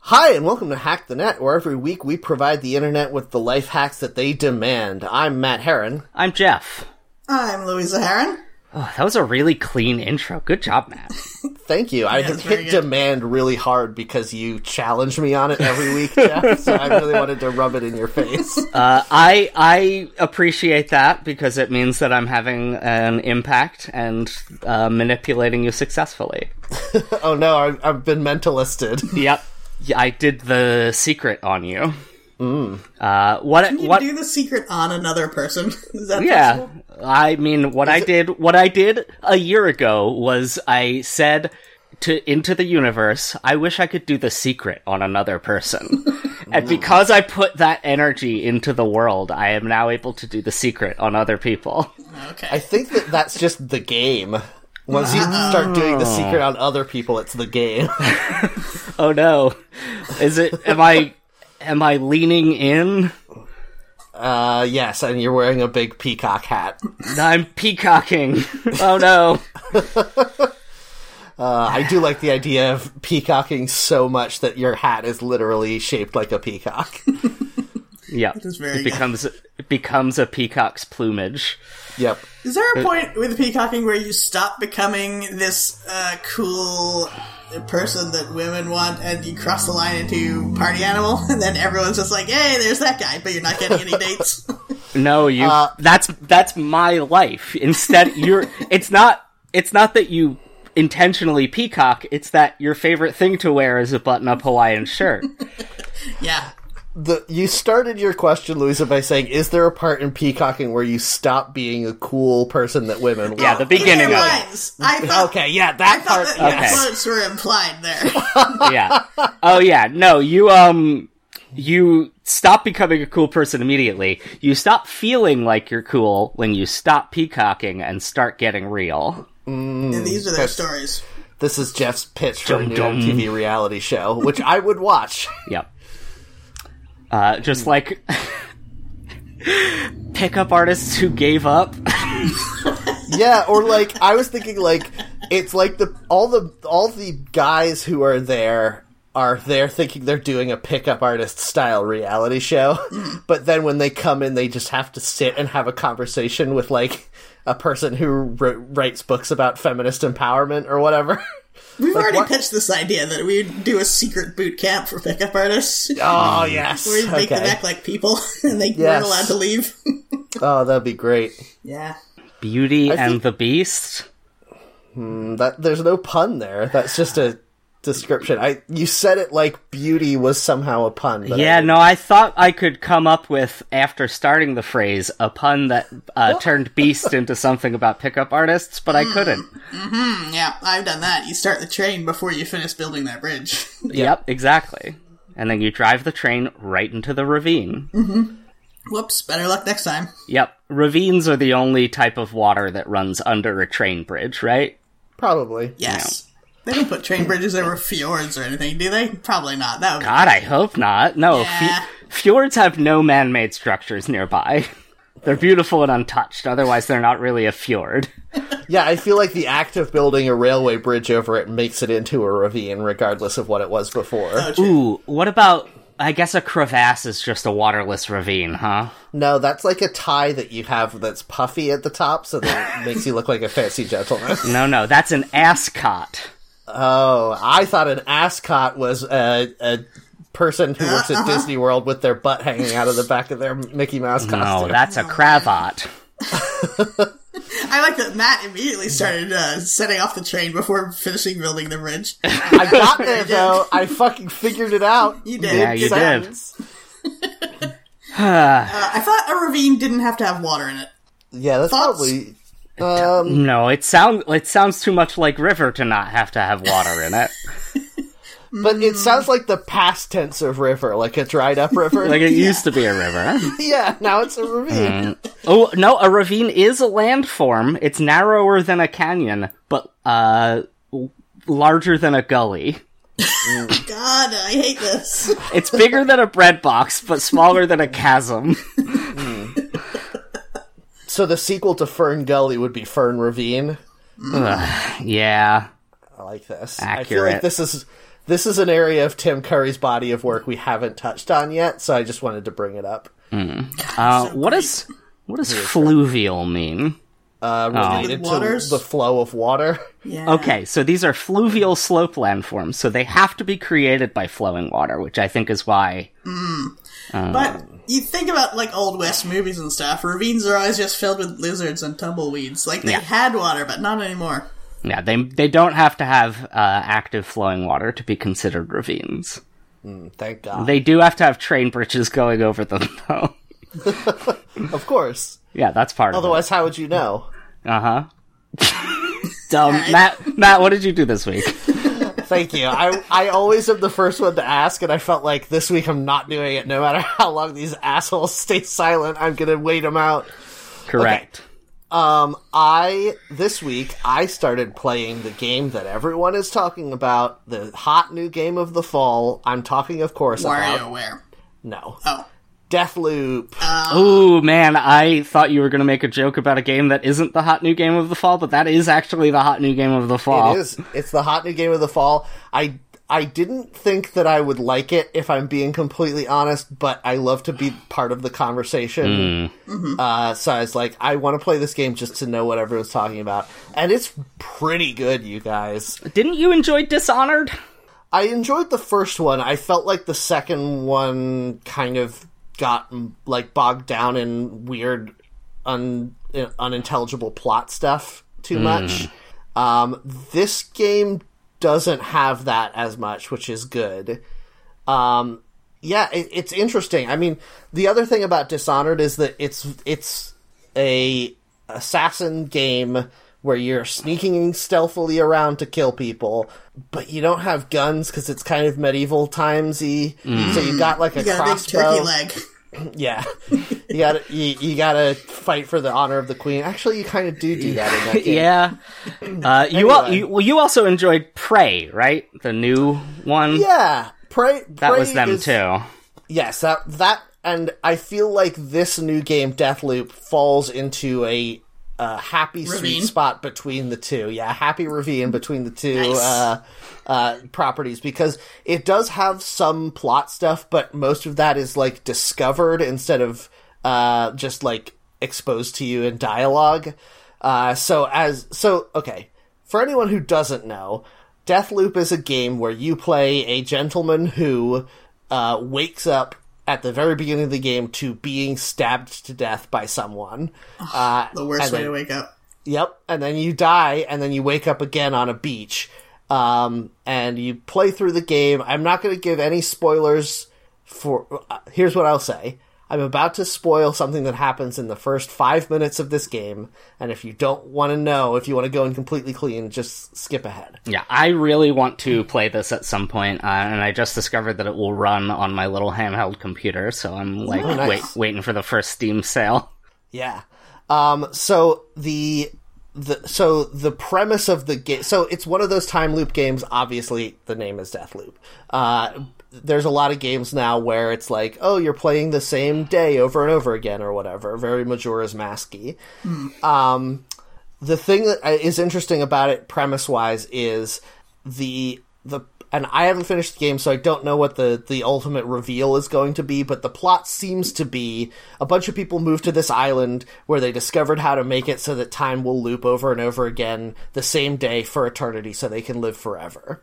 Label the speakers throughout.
Speaker 1: Hi, and welcome to Hack the Net, where every week we provide the internet with the life hacks that they demand. I'm Matt Herron.
Speaker 2: I'm Jeff.
Speaker 3: I'm Louisa Heron.
Speaker 2: Oh, that was a really clean intro. Good job, Matt.
Speaker 1: Thank you. I
Speaker 3: that's very
Speaker 1: hit
Speaker 3: good.
Speaker 1: demand really hard because you challenge me on it every week, Jeff, so I really wanted to rub it in your face.
Speaker 2: Uh, I I appreciate that because it means that I'm having an impact and uh, manipulating you successfully.
Speaker 1: oh no, I've, I've been mentalisted.
Speaker 2: Yep, Yeah, I did the secret on you. Uh, what
Speaker 3: Mm. You
Speaker 2: what?
Speaker 3: do the secret on another person. Is that
Speaker 2: yeah,
Speaker 3: possible?
Speaker 2: I mean, what I did what I did a year ago was I said to into the universe, I wish I could do the secret on another person. and because I put that energy into the world, I am now able to do the secret on other people.
Speaker 3: Okay.
Speaker 1: I think that that's just the game. Once you start doing the secret on other people, it's the game.
Speaker 2: Oh no. Is it am I am I leaning in?
Speaker 1: Uh, yes, and you're wearing a big peacock hat.
Speaker 2: I'm peacocking. Oh no.
Speaker 1: Uh, I do like the idea of peacocking so much that your hat is literally shaped like a peacock.
Speaker 2: Yeah.
Speaker 3: is very
Speaker 2: It
Speaker 3: good.
Speaker 2: becomes it becomes a peacock's plumage.
Speaker 1: yep.
Speaker 3: Is there a point with peacocking where you stop becoming this uh, cool person that women want and you cross the line into party animal and then everyone's just like, hey, there's that guy, but you're not getting any dates?
Speaker 2: No, you. that's that's my life. Instead, you're. It's not. It's not that you intentionally peacock. It's that your favorite thing to wear is a button-up Hawaiian shirt.
Speaker 3: yeah.
Speaker 1: The, you started your question, Louisa, by saying, "Is there a part in peacocking where you stop being a cool person that women want?" Uh,
Speaker 2: Yeah, the beginning
Speaker 3: In their
Speaker 2: of it.
Speaker 3: minds. I thought,
Speaker 1: Okay, yeah,
Speaker 3: I
Speaker 1: that
Speaker 3: thought
Speaker 1: part.
Speaker 3: that
Speaker 1: yeah.
Speaker 2: Okay.
Speaker 3: the words were implied there.
Speaker 2: Yeah. Oh yeah. No, you um. You stop becoming a cool person immediately. You stop feeling like you're cool when you stop peacocking and start getting real. Hmm.
Speaker 3: and these are their stories.
Speaker 1: This is Jeff's pitch for a new
Speaker 2: Dum-dum.
Speaker 1: MTV reality show, which I would watch.
Speaker 2: Yep. Uh, just like pickup artists who gave up.
Speaker 1: yeah, or like I was thinking, like it's like the all the all the guys who are there are there thinking they're doing a pickup artist style reality show, but then when they come in, they just have to sit and have a conversation with like a person who wr- writes books about feminist empowerment or whatever.
Speaker 3: We've already
Speaker 1: what-
Speaker 3: pitched this idea that we do a secret boot camp for pickup artists.
Speaker 1: Oh yes,
Speaker 3: Where you make them
Speaker 1: okay.
Speaker 3: act like people and they
Speaker 1: Yes.
Speaker 3: weren't allowed to leave.
Speaker 1: Oh, that'd be great.
Speaker 3: yeah.
Speaker 2: Beauty and
Speaker 1: think-
Speaker 2: the Beast.
Speaker 1: That there's no pun there. That's just a description. I you said it like beauty was somehow a pun. But I
Speaker 2: Yeah,
Speaker 1: didn't.
Speaker 2: no, I thought I could come up with after starting the phrase a pun that uh, turned Beast into something about pickup artists, but I couldn't.
Speaker 3: Yeah, I've done that. You start the train before you finish building that bridge.
Speaker 2: Yep, exactly. And then you drive the train right into the ravine.
Speaker 3: Whoops, better luck next time.
Speaker 2: Yep, ravines are the only type of water that runs under a train bridge, right?
Speaker 1: probably.
Speaker 3: Yes. They don't put train bridges over fjords or anything, do they? Probably not. That would
Speaker 2: God, I hope not. No, fe-
Speaker 3: Yeah.
Speaker 2: fjords have no man made structures nearby. they're beautiful and untouched, otherwise, they're not really a fjord.
Speaker 1: Yeah, I feel like the act of building a railway bridge over it makes it into a ravine, regardless of what it was before.
Speaker 2: Ooh, what about. I guess a crevasse is just a waterless ravine, huh?
Speaker 1: No, that's like a tie that you have that's puffy at the top, so that it makes you look like a fancy gentleman.
Speaker 2: No, no, that's an ascot.
Speaker 1: Oh, I thought an ascot was a, a person who works at Disney World with their butt hanging out of the back of their Mickey Mouse
Speaker 2: No,
Speaker 1: costume.
Speaker 2: that's a cravot.
Speaker 3: I like that Matt immediately started uh, setting off the train before finishing building the bridge.
Speaker 1: I got there though. I fucking figured it out.
Speaker 3: You did.
Speaker 2: Yeah, you did.
Speaker 3: Uh, I thought a ravine didn't have to have water in it.
Speaker 1: Yeah, that's
Speaker 3: Thoughts?
Speaker 1: probably. Um,
Speaker 2: No, it sounds it sounds too much like river to not have to have water in it.
Speaker 1: but it sounds like the past tense of river, like a dried up river.
Speaker 2: Like it used to be a river.
Speaker 1: yeah, now it's a ravine.
Speaker 2: Oh no, a ravine is a landform. It's narrower than a canyon, but uh l- larger than a gully.
Speaker 3: God, I hate this.
Speaker 2: It's bigger than a bread box, but smaller than a chasm.
Speaker 1: So the sequel to Fern Gully would be Fern Ravine.
Speaker 2: yeah.
Speaker 1: I like this. I feel
Speaker 2: Accurate.
Speaker 1: like this is this is an area of Tim Curry's body of work we haven't touched on yet, so I just wanted to bring it up.
Speaker 2: Uh, what does what does fluvial mean?
Speaker 1: Uh, related
Speaker 3: Waters?
Speaker 1: to the flow of water.
Speaker 3: Yeah.
Speaker 2: Okay, so these are fluvial slope landforms, so they have to be created by flowing water, which I think is why.
Speaker 3: But
Speaker 2: Um,
Speaker 3: you think about like old west movies and stuff. Ravines are always just filled with lizards and tumbleweeds. Like they had water, but not anymore.
Speaker 2: Yeah, they they don't have to have uh, active flowing water to be considered ravines.
Speaker 1: Thank God.
Speaker 2: They do have to have train bridges going over them, though.
Speaker 1: of course.
Speaker 2: Yeah, that's part of
Speaker 1: Otherwise, how would you know?
Speaker 2: it. Uh huh. Dumb
Speaker 3: Alright.
Speaker 2: Matt. Matt, what did you do this week?
Speaker 1: Thank you. I I always am the first one to ask, and I felt like this week I'm not doing it. No matter how long these assholes stay silent, I'm gonna wait them out.
Speaker 2: Correct.
Speaker 1: Um, I this week I started playing the game that everyone is talking about, the hot new game of the fall. I'm talking, of course, about
Speaker 3: WarioWare.
Speaker 1: no
Speaker 3: Oh.
Speaker 1: Deathloop.
Speaker 2: Ooh, man, I thought you were going to make a joke about a game that isn't the hot new game of the fall, but that is actually the hot new game of the fall.
Speaker 1: It is. It's the hot new game of the fall. I I didn't think that I would like it if I'm being completely honest, but I love to be part of the conversation. Uh, so I was like, I want to play this game just to know what everyone's talking about, and it's pretty good, you guys.
Speaker 2: Didn't you enjoy Dishonored?
Speaker 1: I enjoyed the first one. I felt like the second one kind of got mm, like bogged down in weird, un, uh, unintelligible plot stuff too much. Um, this game doesn't have that as much, which is good. Um, yeah, it, it's interesting. I mean, the other thing about Dishonored is that it's it's a assassin game where you're sneaking stealthily around to kill people, but you don't have guns because it's kind of medieval timesy. So you got like a
Speaker 3: You got a big
Speaker 1: crossbow.
Speaker 3: turkey leg.
Speaker 1: Yeah, you got you, you got to fight for the honor of the queen. Actually, you kind of do do that in that game.
Speaker 2: Yeah. Uh, you, al- you well, you also enjoyed Prey, right? The new one.
Speaker 1: yeah. Prey,
Speaker 2: that was them
Speaker 1: is,
Speaker 2: too.
Speaker 1: Yes, that that and I feel like this new game Deathloop falls into a uh, happy
Speaker 3: Ravine.
Speaker 1: sweet spot between the two. Yeah, happy ravine between the two uh, uh, properties because it does have some plot stuff, but most of that is like discovered instead of uh, just like exposed to you in dialogue. Uh, so as so okay, for anyone who doesn't know, Deathloop is a game where you play a gentleman who uh, wakes up at the very beginning of the game to being stabbed to death by someone. Uh,
Speaker 3: The worst
Speaker 1: and
Speaker 3: way
Speaker 1: then-
Speaker 3: to wake up.
Speaker 1: Yep, and then you die, and then you wake up again on a beach. Um, and you play through the game. I'm not going to give any spoilers. For uh, here's what I'll say: I'm about to spoil something that happens in the first five minutes of this game. And if you don't want to know, if you want to go in completely clean, just skip ahead.
Speaker 2: Yeah, I really want to play this at some point, uh, and I just discovered that it will run on my little handheld computer, so I'm like
Speaker 1: Oh, nice.
Speaker 2: wait, waiting for the first Steam sale.
Speaker 1: Yeah. Um, so the the so the premise of the game so it's one of those time loop games. Obviously, the name is Death Loop. Uh, there's a lot of games now where it's like, oh, you're playing the same day over and over again, or whatever. Very Majora's Masky. Um, the thing that uh, is interesting about it, premise wise, is the the and I haven't finished the game, so I don't know what the the ultimate reveal is going to be. But the plot seems to be a bunch of people move to this island where they discovered how to make it so that time will loop over and over again the same day for eternity, so they can live forever.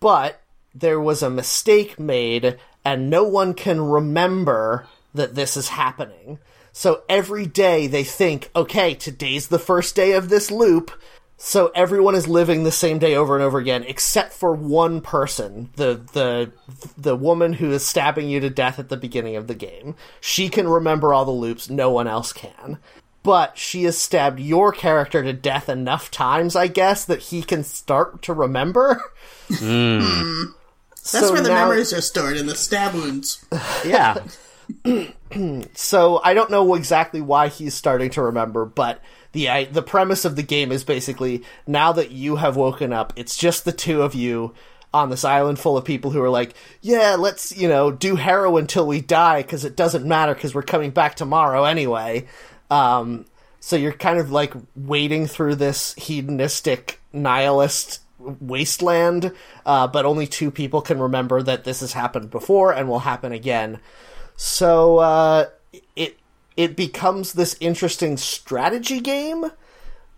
Speaker 1: But there was a mistake made, and no one can remember that this is happening. So every day they think, okay, today's the first day of this loop. So everyone is living the same day over and over again, except for one person, the the the woman who is stabbing you to death at the beginning of the game. She can remember all the loops, no one else can but she has stabbed your character to death enough times, I guess, that he can start to remember.
Speaker 3: That's
Speaker 1: so
Speaker 3: where the
Speaker 1: now-
Speaker 3: memories are stored in the stab wounds.
Speaker 2: Yeah,
Speaker 1: So I don't know exactly why he's starting to remember, but the I, the premise of the game is basically now that you have woken up, it's just the two of you on this island full of people who are like, yeah, let's you know do heroin till we die because it doesn't matter because we're coming back tomorrow anyway. Um, so you're kind of like wading through this hedonistic nihilist wasteland, uh, but only two people can remember that this has happened before and will happen again. So uh, it it becomes this interesting strategy game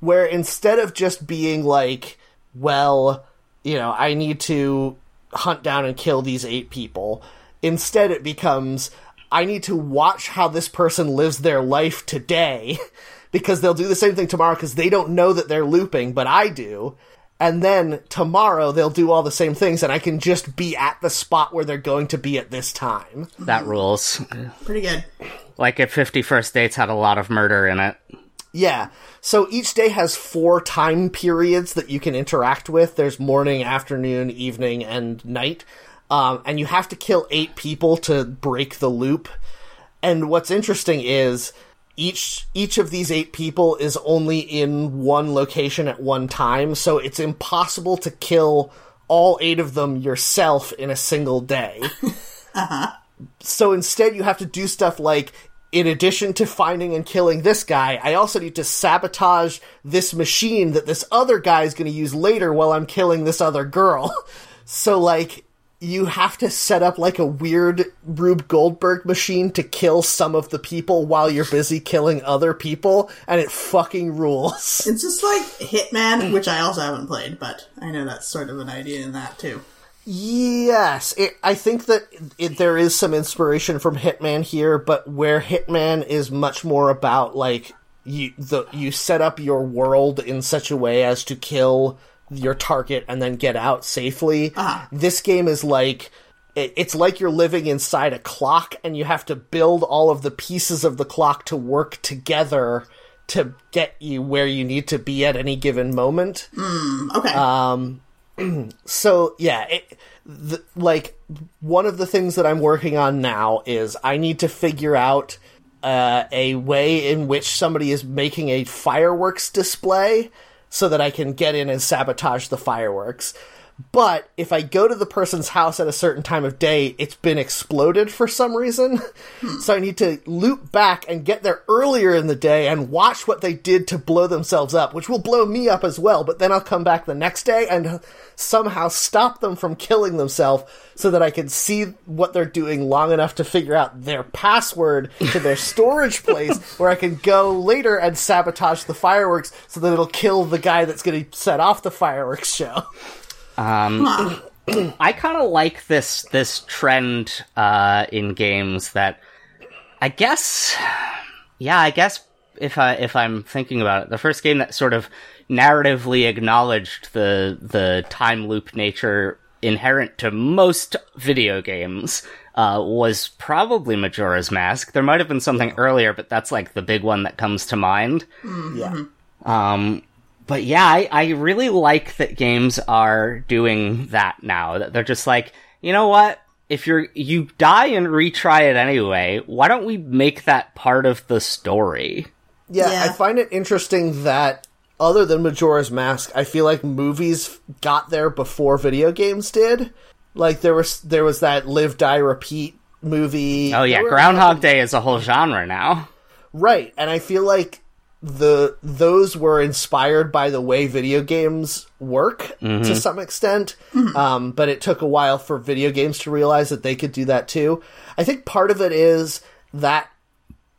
Speaker 1: where instead of just being like, well, you know, I need to hunt down and kill these eight people, instead it becomes I need to watch how this person lives their life today because they'll do the same thing tomorrow because they don't know that they're looping, but I do. And then tomorrow they'll do all the same things, and I can just be at the spot where they're going to be at this time.
Speaker 2: That rules.
Speaker 3: Pretty good.
Speaker 2: Like if 51st Dates had a lot of murder in it.
Speaker 1: Yeah. So each day has four time periods that you can interact with. There's morning, afternoon, evening, and night. Um, and you have to kill eight people to break the loop. And what's interesting is each each of these eight people is only in one location at one time, so it's impossible to kill all eight of them yourself in a single day. So instead, you have to do stuff like. In addition to finding and killing this guy, I also need to sabotage this machine that this other guy is going to use later while I'm killing this other girl. so, like, you have to set up like a weird Rube Goldberg machine to kill some of the people while you're busy killing other people, and it fucking rules.
Speaker 3: It's just like
Speaker 2: Hmm.
Speaker 3: Hitman, which I also haven't played, but I know that's sort of an idea in that too.
Speaker 1: yes, it, I think that it, there is some inspiration from Hitman here, but where Hitman is much more about like you the you set up your world in such a way as to kill your target and then get out safely. This game is like it- it's like you're living inside a clock and you have to build all of the pieces of the clock to work together to get you where you need to be at any given moment
Speaker 3: Okay.
Speaker 1: Uh, so yeah it, th like one of the things that i'm working on now is i need to figure out uh, a way in which somebody is making a fireworks display so that i can get in and sabotage the fireworks but if i go to the person's house at a certain time of day it's been exploded for some reason so i need to loop back and get there earlier in the day and watch what they did to blow themselves up which will blow me up as well but then i'll come back the next day and somehow stop them from killing themselves so that I can see what they're doing long enough to figure out their password to their storage place where I can go later and sabotage the fireworks so that it'll kill the guy that's going to set off the fireworks show.
Speaker 2: I kind of like this this trend uh, in games that I guess, yeah, I guess if I if I'm thinking about it, the first game that sort of narratively acknowledged the the time loop nature inherent to most video games uh, was probably Majora's Mask. There might have been something earlier, but that's like the big one that comes to mind.
Speaker 1: Yeah.
Speaker 2: Um, but yeah, I, I really like that games are doing that now. That they're just like, you know what? If you're you die and retry it anyway, why don't we make that part of the story?
Speaker 1: yeah,
Speaker 3: Yeah.
Speaker 1: I find it interesting that other than Majora's Mask, I feel like movies got there before video games did. Like there was there was that Live Die Repeat movie.
Speaker 2: Oh yeah,
Speaker 1: There were-
Speaker 2: Groundhog Day is a whole genre now.
Speaker 1: Right, and I feel like the those were inspired by the way video games work
Speaker 2: Mm-hmm.
Speaker 1: to some extent, um, but it took a while for video games to realize that they could do that too. I think part of it is that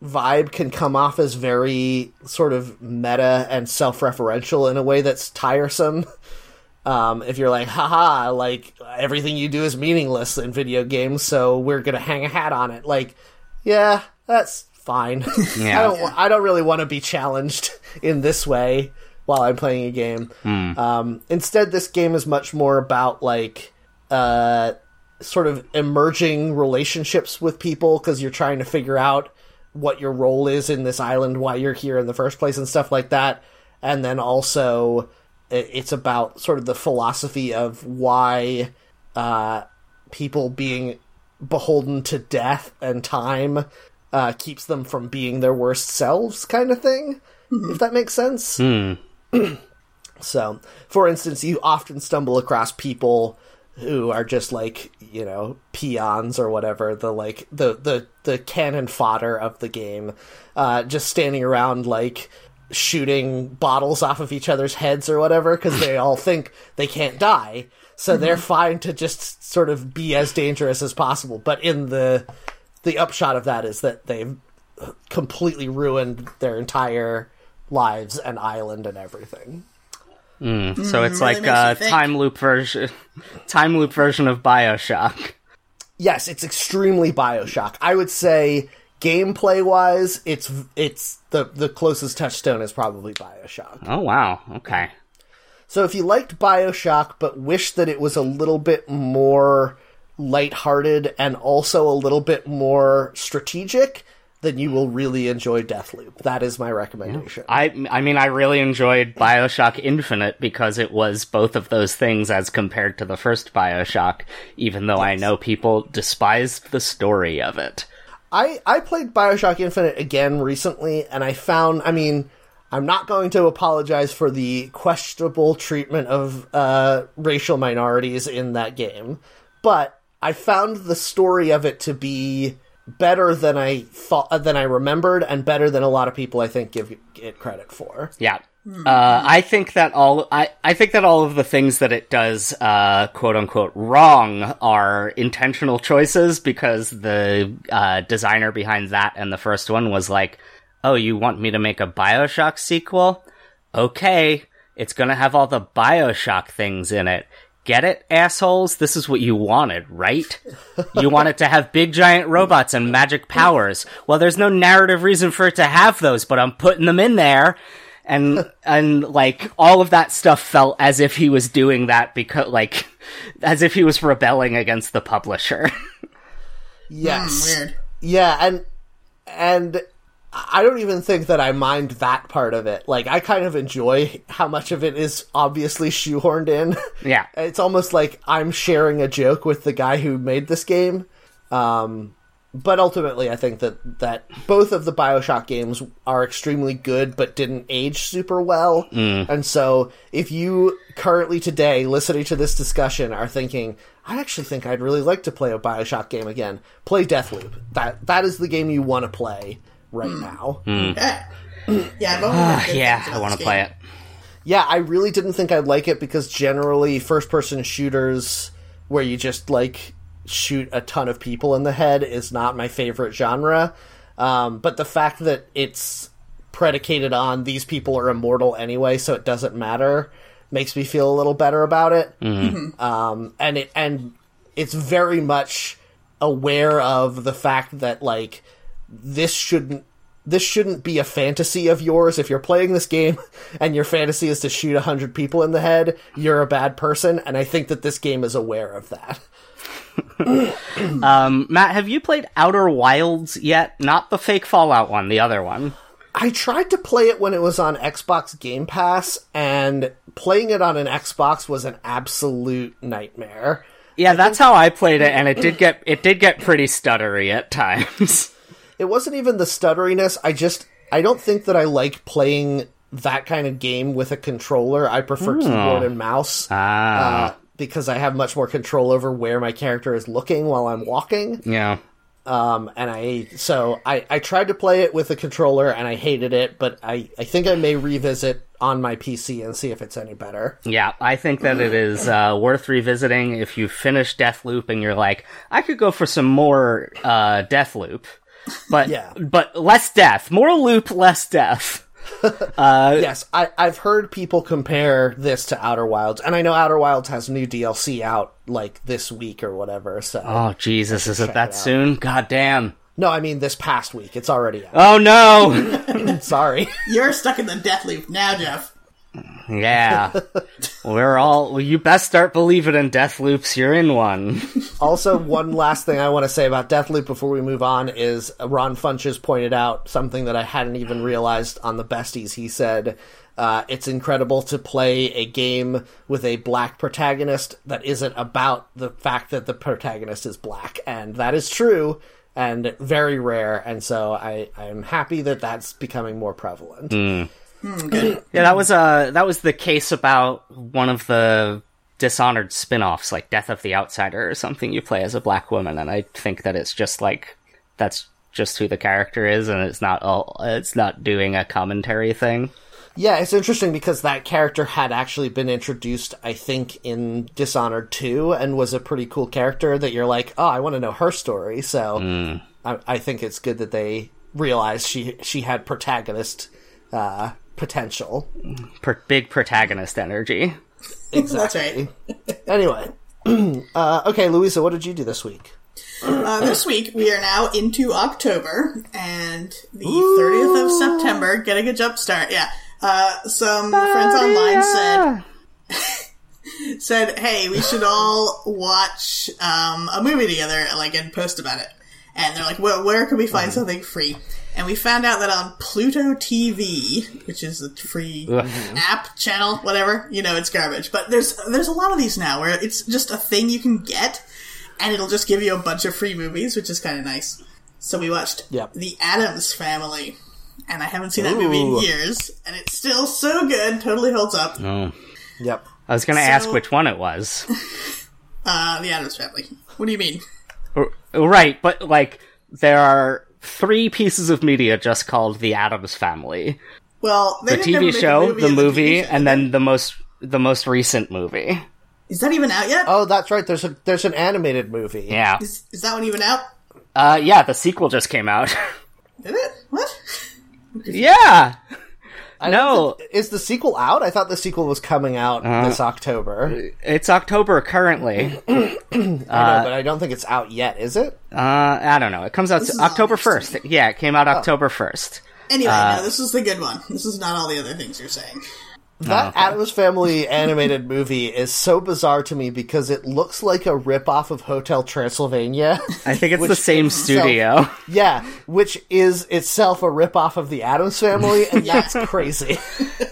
Speaker 1: vibe can come off as very sort of meta and self-referential in a way that's tiresome. Um, if you're like, haha, like everything you do is meaningless in video games, so we're gonna hang a hat on it. Like, yeah, that's fine. I don't, wa- I don't really want to be challenged in this way while I'm playing a game. Um, instead, this game is much more about like, uh, sort of emerging relationships with people because you're trying to figure out what your role is in this island, why you're here in the first place, and stuff like that. And then also, i- it's about sort of the philosophy of why uh, people being beholden to death and time uh, keeps them from being their worst selves, kind of thing. If that makes sense. So, for instance, you often stumble across people who are just like you know peons or whatever the like the the the cannon fodder of the game, uh, just standing around like shooting bottles off of each other's heads or whatever because they all think they can't die. So they're fine to just sort of be as dangerous as possible. But in the the upshot of that is that they've completely ruined their entire lives and island and everything.
Speaker 2: So it's
Speaker 3: really
Speaker 2: like
Speaker 3: makes you
Speaker 2: a
Speaker 3: think.
Speaker 2: time loop version, time loop version of Bioshock.
Speaker 1: Yes, it's extremely BioShock. I would say gameplay wise, it's it's the the closest touchstone is probably BioShock.
Speaker 2: Oh wow, okay.
Speaker 1: So if you liked BioShock but wish that it was a little bit more lighthearted and also a little bit more strategic, then you will really enjoy Deathloop. That is my recommendation.
Speaker 2: I I mean I really enjoyed BioShock Infinite because it was both of those things as compared to the first BioShock, even though I know people despise the story of it.
Speaker 1: I, I played Bioshock Infinite again recently, and I found, I mean, I'm not going to apologize for the questionable treatment of uh, racial minorities in that game, but I found the story of it to be better than I thought, uh, than I remembered, and better than a lot of people I think give it credit for.
Speaker 2: Yeah. Uh, I think that all I, I think that all of the things that it does uh, quote unquote wrong are intentional choices because the uh, designer behind that and the first one was like, "Oh, you want me to make a BioShock sequel? Okay, it's gonna have all the BioShock things in it. Get it, assholes? This is what you wanted, right? you wanted to have big giant robots and magic powers. Well, there's no narrative reason for it to have those, but I'm putting them in there. And, and like, all of that stuff felt as if he was doing that because, like, as if he was rebelling against the publisher.
Speaker 1: Yes.
Speaker 3: Hmm, Weird.
Speaker 1: Yeah, and and I don't even think that I mind that part of it. Like I kind of enjoy how much of it is obviously shoehorned in.
Speaker 2: yeah.
Speaker 1: It's almost like I'm sharing a joke with the guy who made this game. Um but ultimately I think that that both of the BioShock games are extremely good but didn't age super well. And so if you currently today listening to this discussion are thinking I actually think I'd really like to play a BioShock game again. Play Deathloop. That that is the game you want to play right now.
Speaker 3: Yeah, yeah I've only heard
Speaker 2: Hmm.
Speaker 3: good
Speaker 2: Ah, Yeah,
Speaker 3: things about
Speaker 2: I want
Speaker 3: this
Speaker 2: to play
Speaker 3: game.
Speaker 2: it.
Speaker 1: yeah, I really didn't think I'd like it because generally first person shooters where you just like shoot a ton of people in the head is not my favorite genre. Um, but the fact that it's predicated on these people are immortal anyway, so it doesn't matter, makes me feel a little better about it. Um, and it and it's very much aware of the fact that like this shouldn't this shouldn't be a fantasy of yours. If you're playing this game and your fantasy is to shoot a hundred people in the head, you're a bad person. And I think that this game is aware of that.
Speaker 2: Um, Matt, have you played Outer Wilds yet? Not the fake Fallout one, the other one.
Speaker 1: I tried to play it when it was on Xbox Game Pass, and playing it on an Xbox was an absolute nightmare.
Speaker 2: Yeah, that's how I played it, and it did get it did get pretty stuttery at times.
Speaker 1: it wasn't even the stutteriness. I just I don't think that I like playing that kind of game with a controller. I prefer keyboard and mouse uh, because I have much more control over where my character is looking while I'm walking.
Speaker 2: yeah.
Speaker 1: Um, and I so I I tried to play it with a controller and I hated it. But I I think I may revisit on my PC and see if it's any better.
Speaker 2: Yeah, I think that it is uh, worth revisiting if you finish Deathloop and you're like, I could go for some more uh, Deathloop, but
Speaker 1: Yeah.
Speaker 2: but less death, more loop, less death.
Speaker 1: yes, I I've heard people compare this to Outer Wilds, and I know Outer Wilds has new DLC out like this week or whatever. So
Speaker 2: Oh Jesus, is it that
Speaker 1: out.
Speaker 2: soon? God damn!
Speaker 1: no, I mean this past week. It's already out.
Speaker 2: Oh no!
Speaker 1: Sorry.
Speaker 3: You're stuck in the death loop now, Jeff.
Speaker 2: yeah, we're all. Well, you best start believing in Deathloops. You're in one.
Speaker 1: also, one last thing I want to say about Deathloop before we move on is Ron Funches pointed out something that I hadn't even realized on the besties. He said, uh, it's incredible to play a game with a black protagonist that isn't about the fact that the protagonist is black. And that is true and very rare. And so I, I'm happy that that's becoming more prevalent.
Speaker 2: Yeah, that was uh that was the case about one of the dishonored spin-offs like Death of the Outsider or something you play as a black woman and I think that it's just like that's just who the character is, and it's not all it's not doing a commentary thing.
Speaker 1: Yeah, it's interesting because that character had actually been introduced, I think, in Dishonored 2 and was a pretty cool character that you're like, oh, I want to know her story. So I, I think it's good that they realized she she had protagonist uh, potential.
Speaker 2: Per- big protagonist energy.
Speaker 3: That's right.
Speaker 1: Anyway, uh, okay, Louisa, what did you do this week?
Speaker 3: Uh, this week we are now into October and the 30th of September, getting a jump start. Yeah. Uh, some friends online said said, "Hey, we should all watch um, a movie together, like and post about it." And they're like, "Well, where can we find
Speaker 1: Mm-hmm.
Speaker 3: something free?" And we found out that on Pluto TV, which is a free
Speaker 1: Mm-hmm.
Speaker 3: app channel, whatever you know, it's garbage. But there's there's a lot of these now where it's just a thing you can get, and it'll just give you a bunch of free movies, which is kind of nice. So we watched
Speaker 1: Yep.
Speaker 3: The Adams Family, and I haven't seen that movie in
Speaker 1: Ooh.
Speaker 3: years, and it's still so good, totally holds up.
Speaker 2: Oh.
Speaker 1: Yep.
Speaker 2: I was going to ask
Speaker 3: So-
Speaker 2: which one it was.
Speaker 3: Uh, the Adams Family. What do you mean?
Speaker 2: R- oh, right, but like there are three pieces of media just called The Adams Family:
Speaker 3: Well, they
Speaker 2: the
Speaker 3: didn't ever
Speaker 2: TV
Speaker 3: make a
Speaker 2: show,
Speaker 3: movie
Speaker 2: the
Speaker 3: of
Speaker 2: movie,
Speaker 3: TV show.
Speaker 2: and then the most the most recent movie.
Speaker 3: is that even out yet?
Speaker 1: Oh, that's right. There's a there's an animated movie.
Speaker 2: Yeah.
Speaker 3: Is, is that one even out?
Speaker 2: Uh yeah, the sequel just came out.
Speaker 3: Did it? What?
Speaker 2: yeah. no,
Speaker 1: Is the sequel out? I thought the sequel was coming out this October.
Speaker 2: it's October currently.
Speaker 1: I know, but I don't think it's out yet, is it?
Speaker 2: Uh, I don't know. It comes out
Speaker 3: is
Speaker 2: October
Speaker 3: all next
Speaker 2: 1st. Yeah, it came out October 1st.
Speaker 3: Anyway,
Speaker 1: Uh,
Speaker 3: no, this is the good one. This is not all the other things you're saying.
Speaker 1: That Adams Family animated movie is so bizarre to me because it looks like a ripoff of Hotel Transylvania.
Speaker 2: I think it's the same studio.
Speaker 1: yeah, which is itself a ripoff of the Adams Family, and that's crazy.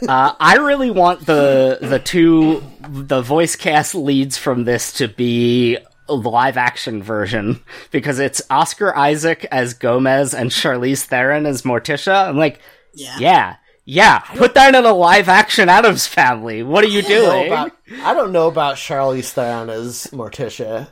Speaker 2: Uh, I really want the the two the voice cast leads from this to be a live action version because it's Oscar Isaac as Gomez and Charlize Theron as Morticia. I'm like,
Speaker 3: Yeah.
Speaker 2: yeah, yeah, put that in a live action Adams Family. What are you
Speaker 1: I,
Speaker 2: doing?
Speaker 1: don't know about, I don't know about Charlize Theron as Morticia.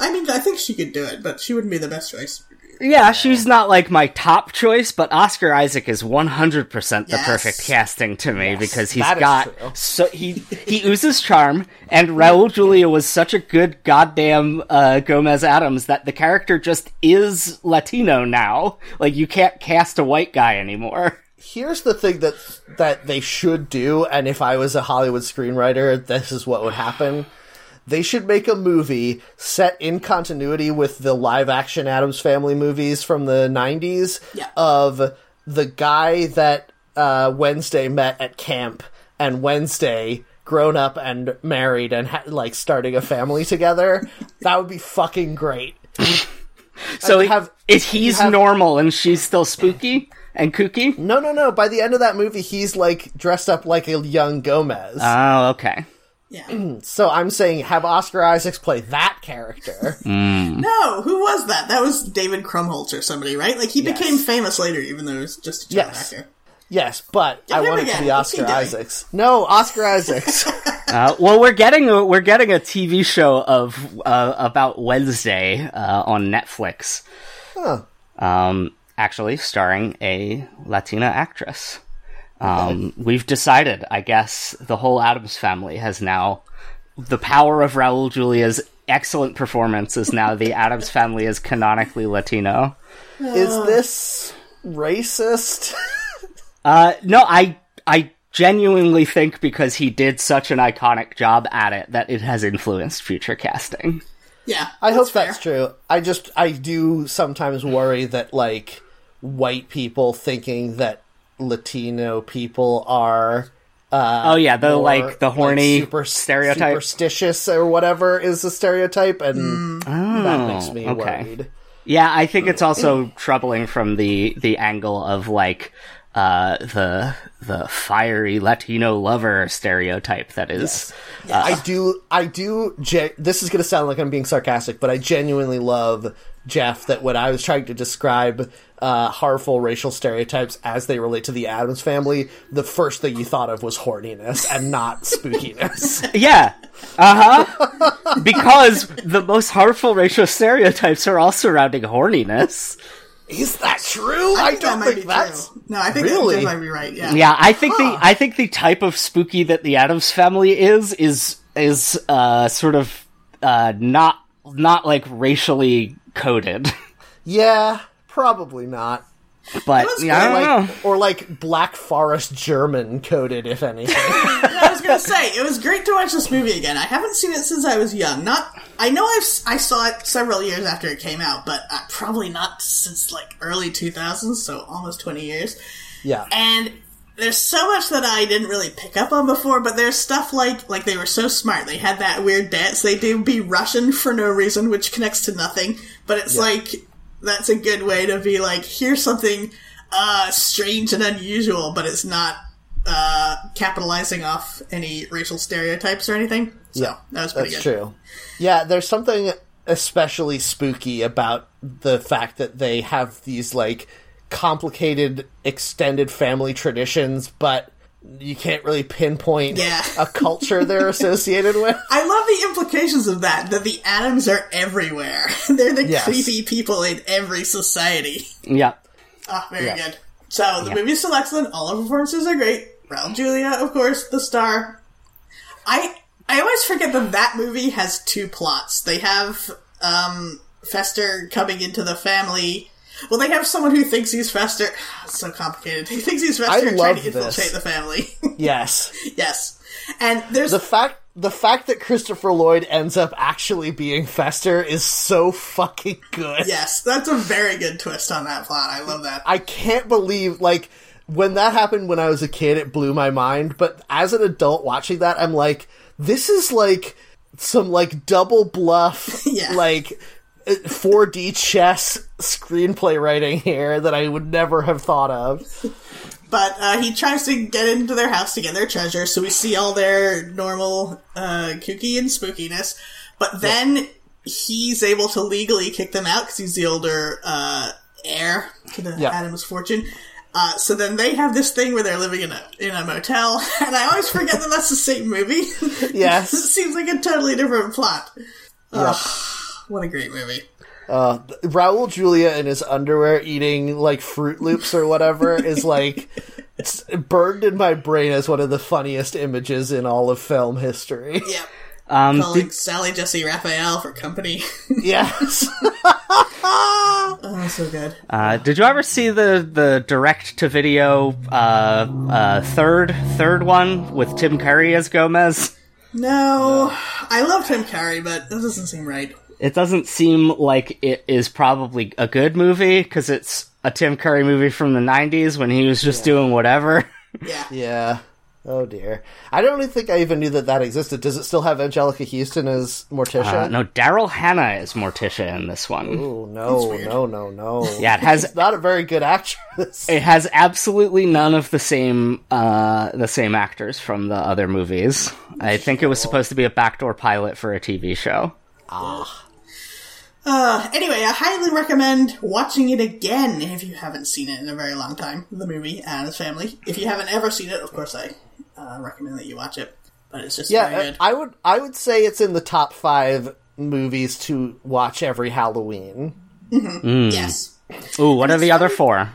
Speaker 3: I mean, I think she could do it, but she wouldn't be the best choice.
Speaker 2: Yeah, she's not like my top choice, but Oscar Isaac is 100% the
Speaker 3: Yes.
Speaker 2: perfect casting to me because he's
Speaker 1: that is
Speaker 2: got
Speaker 1: true.
Speaker 2: so he he oozes charm and Raul Julia was such a good goddamn uh, Gomez Adams that the character just is Latino now. Like you can't cast a white guy anymore.
Speaker 1: Here's the thing that that they should do, and if I was a Hollywood screenwriter, this is what would happen. They should make a movie set in continuity with the live action Adams Family movies from the '90s
Speaker 3: Yeah.
Speaker 1: of the guy that uh, Wednesday met at camp, and Wednesday grown up and married and ha- like starting a family together. that would be fucking great.
Speaker 2: So
Speaker 1: you have-
Speaker 2: if he's
Speaker 1: you have- Mm-hmm.
Speaker 2: normal and she's still spooky and kooky?
Speaker 1: No, no, no. By the end of that movie, he's like dressed up like a young Gomez.
Speaker 2: Oh, okay.
Speaker 3: Yeah.
Speaker 1: So I'm saying have Oscar Isaacs play that character.
Speaker 2: Mm.
Speaker 3: no, who was that? That was David Krumholtz or somebody, right? Like, he became famous later, even though he was just a child
Speaker 1: Yes.
Speaker 3: actor.
Speaker 1: yes, but I
Speaker 3: him
Speaker 1: want it to
Speaker 3: again.
Speaker 1: be
Speaker 3: What's he
Speaker 1: Oscar
Speaker 3: doing?
Speaker 1: Isaacs. No, Oscar Isaacs.
Speaker 2: Uh, well, we're getting a, we're getting a TV show of uh, about Wednesday uh, on Netflix. Um, actually, starring a Latina actress. Um, we've decided, I guess, the whole Adams family has now the power of Raul Julia's excellent performance is now the Adams family is canonically Latino.
Speaker 1: Is this racist?
Speaker 2: Uh, no, I I genuinely think because he did such an iconic job at it that it has influenced future casting.
Speaker 3: Yeah.
Speaker 1: I hope that's true. I just I do sometimes worry that like white people thinking that Latino people are
Speaker 2: Oh yeah, the
Speaker 1: more,
Speaker 2: like the horny
Speaker 1: super-
Speaker 2: stereotype.
Speaker 1: superstitious or whatever is a stereotype, and that makes me
Speaker 2: Mm. Oh, okay.
Speaker 1: worried.
Speaker 2: yeah, I think it's also
Speaker 1: Mm.
Speaker 2: troubling from the the angle of like uh the the fiery Latino lover stereotype that is.
Speaker 1: I do, I do. Ge- this is going to sound like I'm being sarcastic, but I genuinely love Jeff. That when I was trying to describe uh, harmful racial stereotypes as they relate to the Adams family, the first thing you thought of was horniness and not spookiness.
Speaker 2: Yeah. Uh-huh. because the most harmful racial stereotypes are all surrounding horniness.
Speaker 1: Is that true? I, don't think that's.
Speaker 3: true. No, I think
Speaker 1: Really?
Speaker 3: that might be right. Yeah.
Speaker 2: Yeah, I think
Speaker 1: Huh.
Speaker 2: the I think the type of spooky that the Adams family is is is uh sort of uh not not like racially coded.
Speaker 1: Yeah, probably not.
Speaker 2: But
Speaker 3: was
Speaker 2: yeah, I
Speaker 1: Or
Speaker 2: don't
Speaker 1: like,
Speaker 2: know.
Speaker 1: or like Black Forest German coded, if anything.
Speaker 3: I was gonna say it was great to watch this movie again. I haven't seen it since I was young. Not, I know I've s- I saw it several years after it came out, but uh, probably not since like early 2000s, so almost 20 years.
Speaker 1: yeah.
Speaker 3: And there's so much that I didn't really pick up on before, but there's stuff like like they were so smart. They had that weird dance they do be Russian for no reason, which connects to nothing. But it's like that's a good way to be like, here's something uh strange and unusual, but it's not uh capitalizing off any racial stereotypes or anything. So
Speaker 1: Yeah,
Speaker 3: that was pretty
Speaker 1: That's
Speaker 3: good.
Speaker 1: true. Yeah, there's something especially spooky about the fact that they have these like complicated extended family traditions, but you can't really pinpoint
Speaker 3: Yeah.
Speaker 1: a culture they're associated with.
Speaker 3: I love the implications of that, that the atoms are everywhere. They're the
Speaker 1: Yes.
Speaker 3: creepy people in every society.
Speaker 2: yeah.
Speaker 3: Ah, very good. So the movie's still excellent. All the performances are great. Raul Julia, of course, the star. I I always forget that that movie has two plots. They have um, Fester coming into the family. Well, they have someone who thinks he's Fester. It's so complicated. He thinks he's Fester and trying
Speaker 1: love
Speaker 3: to infiltrate
Speaker 1: this.
Speaker 3: the family.
Speaker 1: Yes.
Speaker 3: yes, and there's
Speaker 1: The fact the fact that Christopher Lloyd ends up actually being Fester is so fucking good.
Speaker 3: yes, that's a very good twist on that plot. I love that.
Speaker 1: I can't believe like when that happened when I was a kid, it blew my mind. But as an adult watching that, I'm like, this is like some like double bluff,
Speaker 3: Yeah.
Speaker 1: like uh, 4D chess screenplay writing here that I would never have thought of.
Speaker 3: But uh, he tries to get into their house to get their treasure, so we see all their normal uh, kooky and spookiness. But then he's able to legally kick them out because he's the older uh, heir to the
Speaker 1: Yeah.
Speaker 3: Adams fortune. Uh, so then they have this thing where they're living in a in a motel, and I always forget that that's the same movie. it
Speaker 1: Yes,
Speaker 3: seems like a totally different plot. Ugh, what a great movie!
Speaker 1: uh, Raul Julia in his underwear eating like Fruit Loops or whatever is like. It's burned in my brain as one of the funniest images in all of film history.
Speaker 3: Yep,
Speaker 2: Um
Speaker 3: calling Sally Jesse Raphael for company.
Speaker 1: Yes.
Speaker 3: oh, so good.
Speaker 2: Uh, did you ever see the the direct to video uh, uh, third third one with Tim Curry as Gomez?
Speaker 3: No, I love Tim Curry, but that doesn't seem right.
Speaker 2: It doesn't seem like it is probably a good movie because it's a Tim Curry movie from the '90s when he was just doing whatever.
Speaker 3: Yeah.
Speaker 1: Yeah. Oh dear. I don't even think I even knew that that existed. Does it still have Angelica Houston as Morticia?
Speaker 2: Uh, no, Daryl Hannah is Morticia in this one.
Speaker 1: Ooh, no, no, no, no.
Speaker 2: Yeah, it has
Speaker 1: She's not a very good actress.
Speaker 2: it has absolutely none of the same uh, the same actors from the other movies. I think it was supposed to be a backdoor pilot for a TV show.
Speaker 3: Uh, anyway, I highly recommend watching it again if you haven't seen it in a very long time. The movie Adam's Family. If you haven't ever seen it, of course, I uh, recommend that you watch it. But it's just very
Speaker 1: yeah, uh,
Speaker 3: good.
Speaker 1: I would I would say it's in the top five movies to watch every Halloween.
Speaker 3: yes.
Speaker 2: Ooh, what are the other four?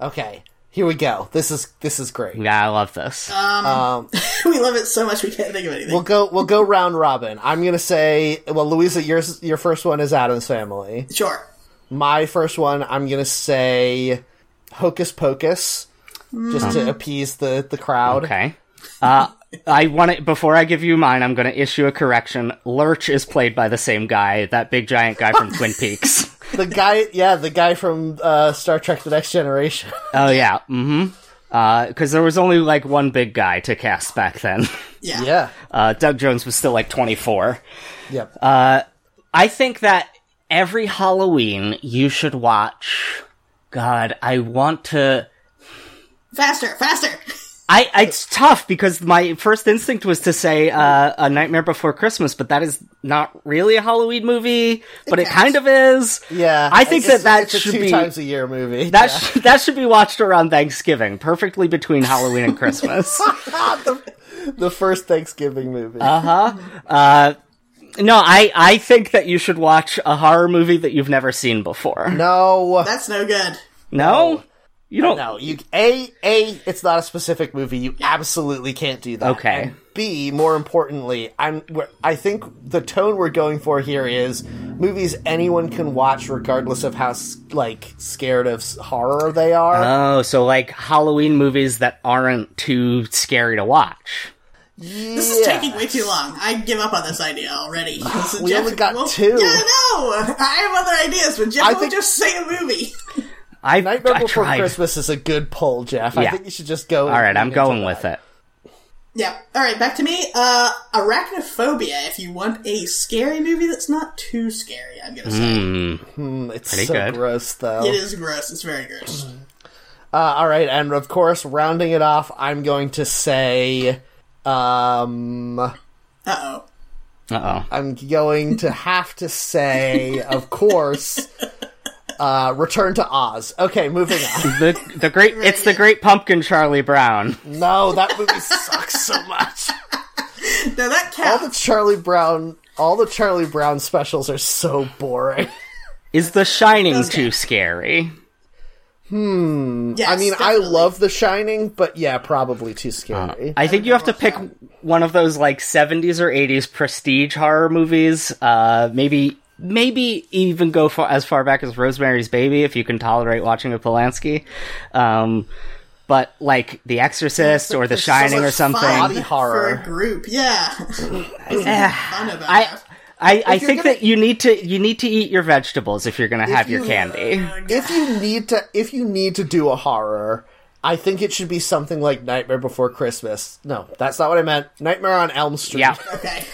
Speaker 1: Okay, here we go. This is this is great.
Speaker 2: Yeah, I love this.
Speaker 3: we love it so much we can't think of anything.
Speaker 1: We'll go we'll go round robin. I'm gonna say well, Louisa, yours your first one is Adam's Family.
Speaker 3: sure.
Speaker 1: My first one, I'm gonna say Hocus Pocus, just to appease the the crowd.
Speaker 2: Hmm. okay. Uh, I want to before I give you mine. I'm going to issue a correction. Lurch is played by the same guy, that big giant guy from Twin Peaks.
Speaker 1: The guy, yeah, the guy from uh, Star Trek: The Next Generation.
Speaker 2: Oh yeah, mm-hmm. Because there was only like one big guy to cast back then.
Speaker 3: Yeah.
Speaker 1: yeah,
Speaker 2: Uh, Doug Jones was still like 24.
Speaker 1: yep.
Speaker 2: Uh, I think that every Halloween you should watch. God, I want to.
Speaker 3: Faster, faster.
Speaker 2: I it's tough because my first instinct was to say uh, a Nightmare Before Christmas, but that is not really a Halloween movie, but it,
Speaker 3: counts.
Speaker 2: kind of is.
Speaker 1: yeah,
Speaker 2: I think
Speaker 1: It's-
Speaker 2: that that
Speaker 1: it's a
Speaker 2: should
Speaker 1: two
Speaker 2: be-
Speaker 1: times a year movie.
Speaker 2: That sh- that should be watched around Thanksgiving, perfectly between Halloween and Christmas.
Speaker 1: the, the first Thanksgiving movie.
Speaker 2: Uh-huh. Uh No, I, I think that you should watch a horror movie that you've never seen before. No?
Speaker 1: No,
Speaker 3: That's no good.
Speaker 2: You don't.
Speaker 1: no. You a a. It's not a specific movie. You absolutely can't do that.
Speaker 2: Okay.
Speaker 1: And B. More importantly, I'm. we're- I think the tone we're going for here is movies anyone can watch, regardless of how s- like scared of s- horror they are.
Speaker 2: Oh, so like Halloween movies that aren't too scary to watch.
Speaker 3: This is taking way too long. I give up on this idea already. So
Speaker 1: We only got two.
Speaker 3: Yeah, I know. I have other ideas, but Jeff
Speaker 1: I
Speaker 3: will
Speaker 1: think-
Speaker 3: just say a movie.
Speaker 2: I,
Speaker 1: Nightmare
Speaker 2: I
Speaker 1: Before
Speaker 2: tried.
Speaker 1: Christmas is a good poll, Jeff. I
Speaker 2: Yeah.
Speaker 1: think you should just go.
Speaker 2: All right, I'm going with it.
Speaker 3: Yeah. All right, back to me. Uh, arachnophobia. If you want a scary movie that's not too scary, I'm gonna
Speaker 1: Mm.
Speaker 3: say
Speaker 1: It's
Speaker 2: Pretty
Speaker 1: so
Speaker 2: good.
Speaker 1: gross, though.
Speaker 3: it is gross. It's very gross.
Speaker 1: Uh, all right, and of course, rounding it off, I'm going to say, um,
Speaker 3: Uh oh.
Speaker 2: Uh oh.
Speaker 1: I'm going to have to say, of course, uh, Return to Oz. Okay, moving on.
Speaker 2: The the great it's the Great Pumpkin Charlie Brown.
Speaker 1: No, that movie sucks so much.
Speaker 3: No, that
Speaker 1: All
Speaker 3: counts.
Speaker 1: the Charlie Brown, all the Charlie Brown specials are so boring.
Speaker 2: Is The Shining too scary?
Speaker 3: Yes,
Speaker 1: I mean, I
Speaker 3: definitely.
Speaker 1: love The Shining, but yeah, probably too scary.
Speaker 2: Uh, I think you have to pick one of those like 70s or 80s prestige horror movies. Uh, maybe maybe even go for, as far back as Rosemary's Baby if you can tolerate watching a Polanski. Um, but like The Exorcist or The
Speaker 1: there's so
Speaker 2: Shining or
Speaker 1: much
Speaker 2: something.
Speaker 3: Fun
Speaker 1: Body horror.
Speaker 3: for a group. Yeah. fun about
Speaker 2: Eh, I
Speaker 3: it.
Speaker 2: I, I
Speaker 1: you're
Speaker 2: think
Speaker 1: gonna-
Speaker 2: that you need to you need to eat your vegetables if you're going to have your
Speaker 1: you-
Speaker 2: candy.
Speaker 1: if you need to if you need to do a horror i think it should be something like nightmare before christmas no that's not what i meant nightmare on elm street
Speaker 2: yeah.
Speaker 3: Okay.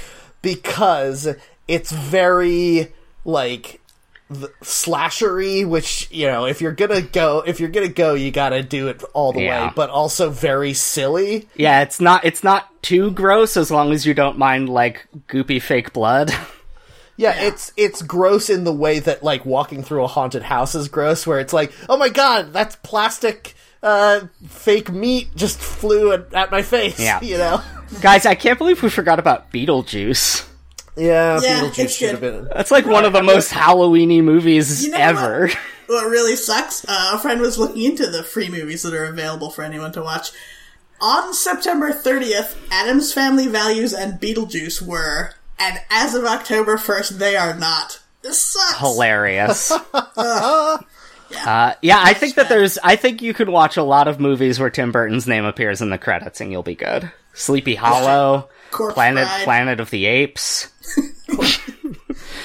Speaker 1: because it's very like th- slashery which you know if you're gonna go if you're gonna go you gotta do it all the
Speaker 2: Yeah.
Speaker 1: way but also very silly
Speaker 2: Yeah, it's not it's not too gross as long as you don't mind like goopy fake blood.
Speaker 1: yeah, it's it's gross in the way that like walking through a haunted house is gross where it's like oh my god that's plastic uh fake meat just flew at, at my face
Speaker 2: Yeah.
Speaker 1: you know
Speaker 2: Guys, I can't believe we forgot about Beetlejuice.
Speaker 1: Yeah,
Speaker 3: Yeah,
Speaker 1: Beetlejuice
Speaker 3: it's
Speaker 1: should have
Speaker 3: good.
Speaker 1: been.
Speaker 2: That's like one of the most Halloweeny movies
Speaker 3: You know
Speaker 2: ever.
Speaker 3: What really sucks, uh, a friend was looking into the free movies that are available for anyone to watch. On September 30th, Adam's Family Values and Beetlejuice were, and as of October 1st, they are not. This sucks.
Speaker 2: Hilarious. Uh, yeah, I think that there's. I think you could watch a lot of movies where Tim Burton's name appears in the credits, and you'll be good. Sleepy Hollow,
Speaker 3: Corpse
Speaker 2: Planet
Speaker 3: Bride.
Speaker 2: Planet of the Apes.